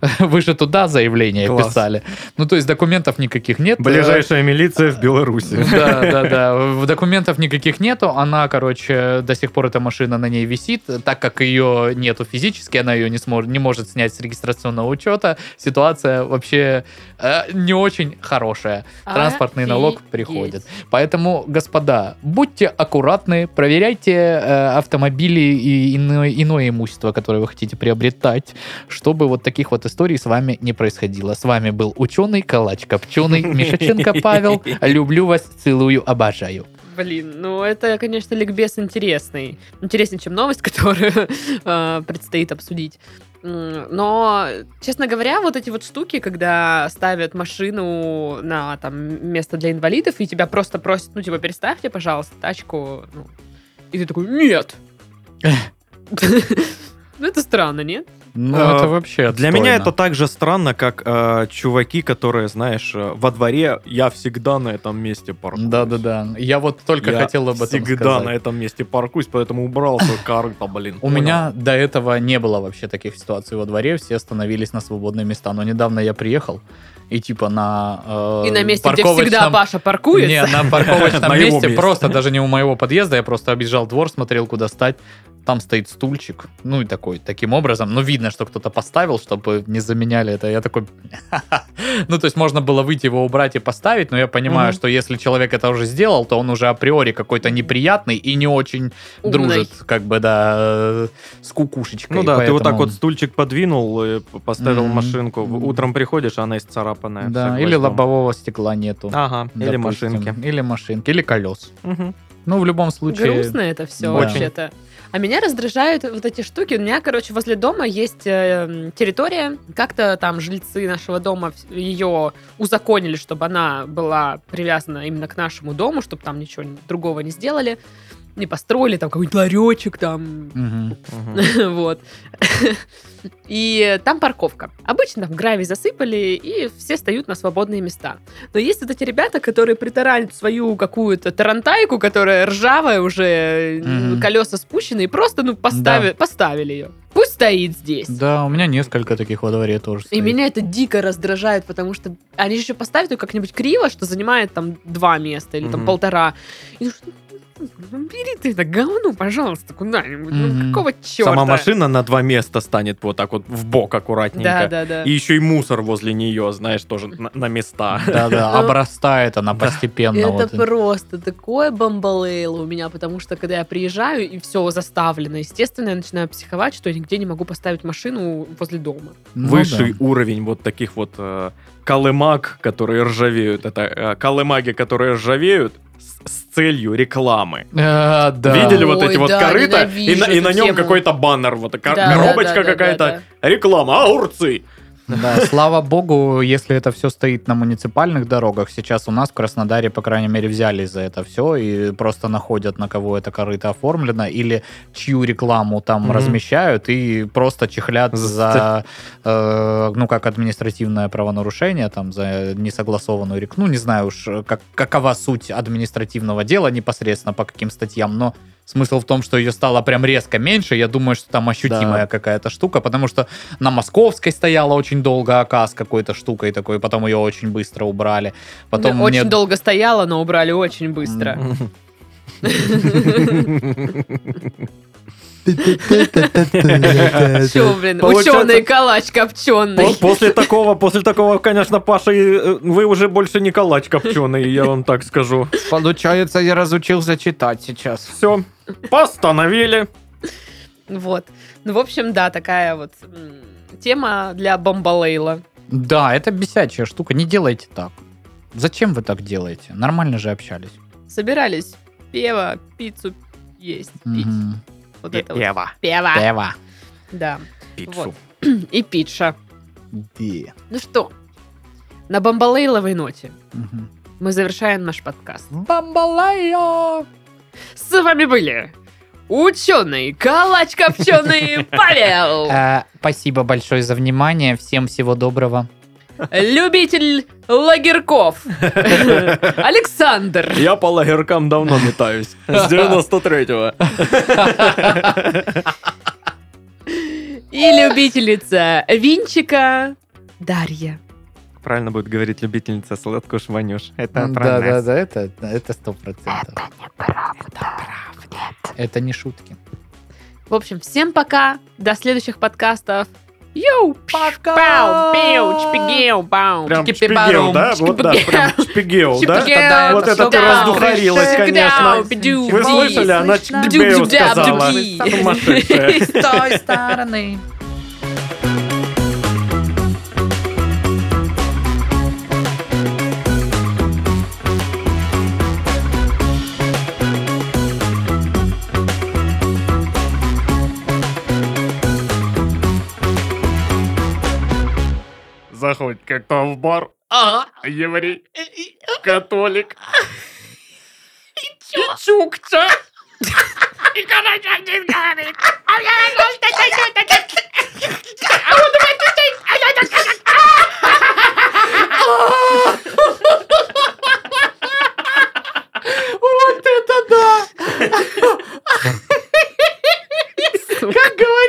Speaker 2: Вы же туда заявление
Speaker 3: Класс.
Speaker 2: писали. Ну, то есть документов никаких нет. э,
Speaker 3: Ближайшая милиция в Беларуси.
Speaker 2: Да, да, да. В- Документов никаких нету. Она, короче, до сих пор эта машина на ней висит. Так как ее нету физически, она ее не, смо- не может снять с регистрационного учета. Ситуация вообще э, не очень хорошая.
Speaker 1: А,
Speaker 2: Транспортный налог
Speaker 1: Офигеть.
Speaker 2: приходит. Поэтому, господа, будьте аккуратны, проверяйте э, автомобили и иное, иное имущество, которое вы хотите приобретать, чтобы вот таких вот историй с вами не происходило. С вами был ученый, калач копченый, Мишаченко Павел. Люблю вас, целую, обожаю.
Speaker 1: Блин, ну это, конечно, ликбез интересный. Интереснее, чем новость, которую э, предстоит обсудить. М, Но, честно говоря, вот эти вот штуки, когда ставят машину на там место для инвалидов, и тебя просто просят, ну, типа, переставьте, пожалуйста, тачку. ну. и ты такой, нет. Ну, это странно, нет?
Speaker 2: Ну,
Speaker 3: Э, это
Speaker 2: вообще
Speaker 3: Для меня это так же странно, как э, чуваки, которые, знаешь, э, во дворе я всегда на этом месте паркуюсь.
Speaker 2: Да-да-да. Я вот только
Speaker 3: Я
Speaker 2: хотел об этом
Speaker 3: всегда
Speaker 2: сказать.
Speaker 3: на этом месте паркуюсь, поэтому убрал свой карта, блин.
Speaker 2: У меня до этого не было вообще таких ситуаций во дворе, все становились на свободные места. Но недавно я приехал, и типа на э,
Speaker 1: И на месте, где всегда
Speaker 2: парковочном-
Speaker 1: Паша паркуется.
Speaker 2: Не, на парковочном
Speaker 3: Моего
Speaker 2: месте
Speaker 3: места.
Speaker 2: просто, даже не у моего подъезда, я просто объезжал двор, смотрел, куда стать. Там стоит стульчик, ну и такой, таким образом. Ну, видно, что кто-то поставил, чтобы не заменяли это. Я такой, ну, то есть можно было выйти, его убрать и поставить, но я понимаю,
Speaker 3: Мгм.
Speaker 2: что если человек это уже сделал, то он уже априори какой-то неприятный и не очень
Speaker 1: Умный.
Speaker 2: дружит, как бы, да, э, с кукушечкой.
Speaker 3: Ну да, ты вот так
Speaker 2: поэтому-
Speaker 3: вот стульчик подвинул, и п- поставил
Speaker 2: Мгм.
Speaker 3: машинку. В- Утром приходишь, а она исцарапанная. вся
Speaker 2: Да, или
Speaker 3: гвоздем.
Speaker 2: лобового стекла нету.
Speaker 3: Ага, А, или
Speaker 2: допустим.
Speaker 3: машинки.
Speaker 2: Или машинки, или колес.
Speaker 3: Мгм.
Speaker 2: Ну, в любом случае...
Speaker 1: Грустно это все
Speaker 2: Да.
Speaker 1: вообще-то. А меня раздражают вот эти штуки. У меня, короче, возле дома есть э, м, территория. Как-то там жильцы нашего дома ее узаконили, чтобы она была привязана именно к нашему дому, чтобы там ничего другого не сделали, не построили там какой-нибудь ларечек там,
Speaker 2: Мгм.
Speaker 3: Мгм.
Speaker 1: вот. И там парковка. Обычно там гравий засыпали, и все встают на свободные места. Но есть вот эти ребята, которые притаранят свою какую-то тарантайку, которая ржавая уже,
Speaker 2: Мгм.
Speaker 1: колеса спущены, и просто, ну, постави- поставили ее. Пусть стоит здесь.
Speaker 2: Да, у меня несколько таких во дворе тоже
Speaker 1: И
Speaker 2: стоит.
Speaker 1: меня это дико раздражает, потому что они же еще поставят ее как-нибудь криво, что занимает там два места или там
Speaker 3: Мгм.
Speaker 1: полтора. И ну, что- ну, бери ты это говно, пожалуйста, куда-нибудь. Ну,
Speaker 2: Мгм.
Speaker 1: какого черта?
Speaker 3: Сама машина на два места станет вот так вот в бок
Speaker 1: Да,
Speaker 3: аккуратненько.
Speaker 1: да, да.
Speaker 3: И еще и мусор возле нее, знаешь, тоже на на места.
Speaker 2: Да-да, обрастает она постепенно.
Speaker 1: Ну, Это
Speaker 2: вот.
Speaker 1: просто такое бомбалейло у меня, потому что когда я приезжаю и все заставлено, естественно, я начинаю психовать, что я нигде не могу поставить машину возле дома.
Speaker 2: Ну
Speaker 3: Высший
Speaker 2: да.
Speaker 3: уровень вот таких вот э, колымаг, которые ржавеют. Это э, колымаги, которые ржавеют с- с целью рекламы.
Speaker 2: Э, да.
Speaker 3: Видели вот
Speaker 1: Ой,
Speaker 3: эти вот
Speaker 1: да,
Speaker 3: корыта, и на,
Speaker 1: ненавижу
Speaker 3: и на
Speaker 1: эту
Speaker 3: нем
Speaker 1: тему.
Speaker 3: какой-то баннер, вот кор-
Speaker 1: Да,
Speaker 3: коробочка
Speaker 1: да, да, да,
Speaker 3: какая-то.
Speaker 1: да.
Speaker 3: Реклама, огурцы!
Speaker 2: Да, слава богу, если это все стоит на муниципальных дорогах, сейчас у нас в Краснодаре, по крайней мере, взяли за это все и просто находят, на кого это корыто оформлено, или чью рекламу там
Speaker 3: Мгм.
Speaker 2: размещают и просто чехлят за,
Speaker 3: За-
Speaker 2: э, ну, как административное правонарушение, там, за несогласованную рекламу. Ну, не знаю уж, как, какова суть административного дела непосредственно, по каким статьям, но Смысл в том, что ее стало прям резко меньше. Я думаю, что там ощутимая
Speaker 3: Да.
Speaker 2: какая-то штука, потому что на Московской стояла очень долго АК с какой-то штукой такой, потом ее очень быстро убрали. Потом
Speaker 1: Да,
Speaker 2: мне
Speaker 1: Очень долго стояла, но убрали очень быстро. Че, блин,
Speaker 3: Получается-
Speaker 1: ученый калач копченый.
Speaker 3: По- После такого, после такого, конечно, Паша, и, э, вы уже больше не калач копченый, я вам так скажу.
Speaker 4: Получается, я разучился читать сейчас.
Speaker 3: Все, постановили.
Speaker 1: Вот. Ну, в общем, да, такая вот м, тема для бомбалейла.
Speaker 2: Да, это бесячая штука. Не делайте так. Зачем вы так делаете? Нормально же общались.
Speaker 1: Собирались пиво, пиццу есть, пить.
Speaker 2: Мгм.
Speaker 1: Вот это вот.
Speaker 3: Ева.
Speaker 1: Пиво.
Speaker 2: Эва.
Speaker 1: Да.
Speaker 3: Пиццу.
Speaker 1: И пицца.
Speaker 2: Де.
Speaker 1: Ну что, на бомбалейловой ноте
Speaker 2: Мгм.
Speaker 1: мы завершаем наш подкаст.
Speaker 2: Бамбалайо!
Speaker 1: С вами были ученый калач копченый Павел,
Speaker 2: Э, Спасибо большое за внимание. Всем всего доброго.
Speaker 1: любитель лагерков Александр.
Speaker 3: Я по лагеркам давно метаюсь. С 93-го.
Speaker 1: И любительница винчика Дарья.
Speaker 3: Правильно будет говорить любительница сладкую шванешь. Это
Speaker 2: Да, да, да, это, это сто процентов. Это Это не шутки.
Speaker 1: В общем, всем пока. До следующих подкастов. Йоу! Пока!
Speaker 3: Прям шпигел, да? Вот, да, прям типа шпигел, да?
Speaker 4: да,
Speaker 3: Вот это ты раздухарилась, конечно. Вы слышали? Она
Speaker 4: Слышно.
Speaker 3: тебе сказала.
Speaker 4: Дюб-дюб-дюб.
Speaker 3: Сумасшедшая.
Speaker 4: С той стороны.
Speaker 3: Заходит как-то в бар. Ага. Еврей. Католик. И чукча.
Speaker 1: Как говорит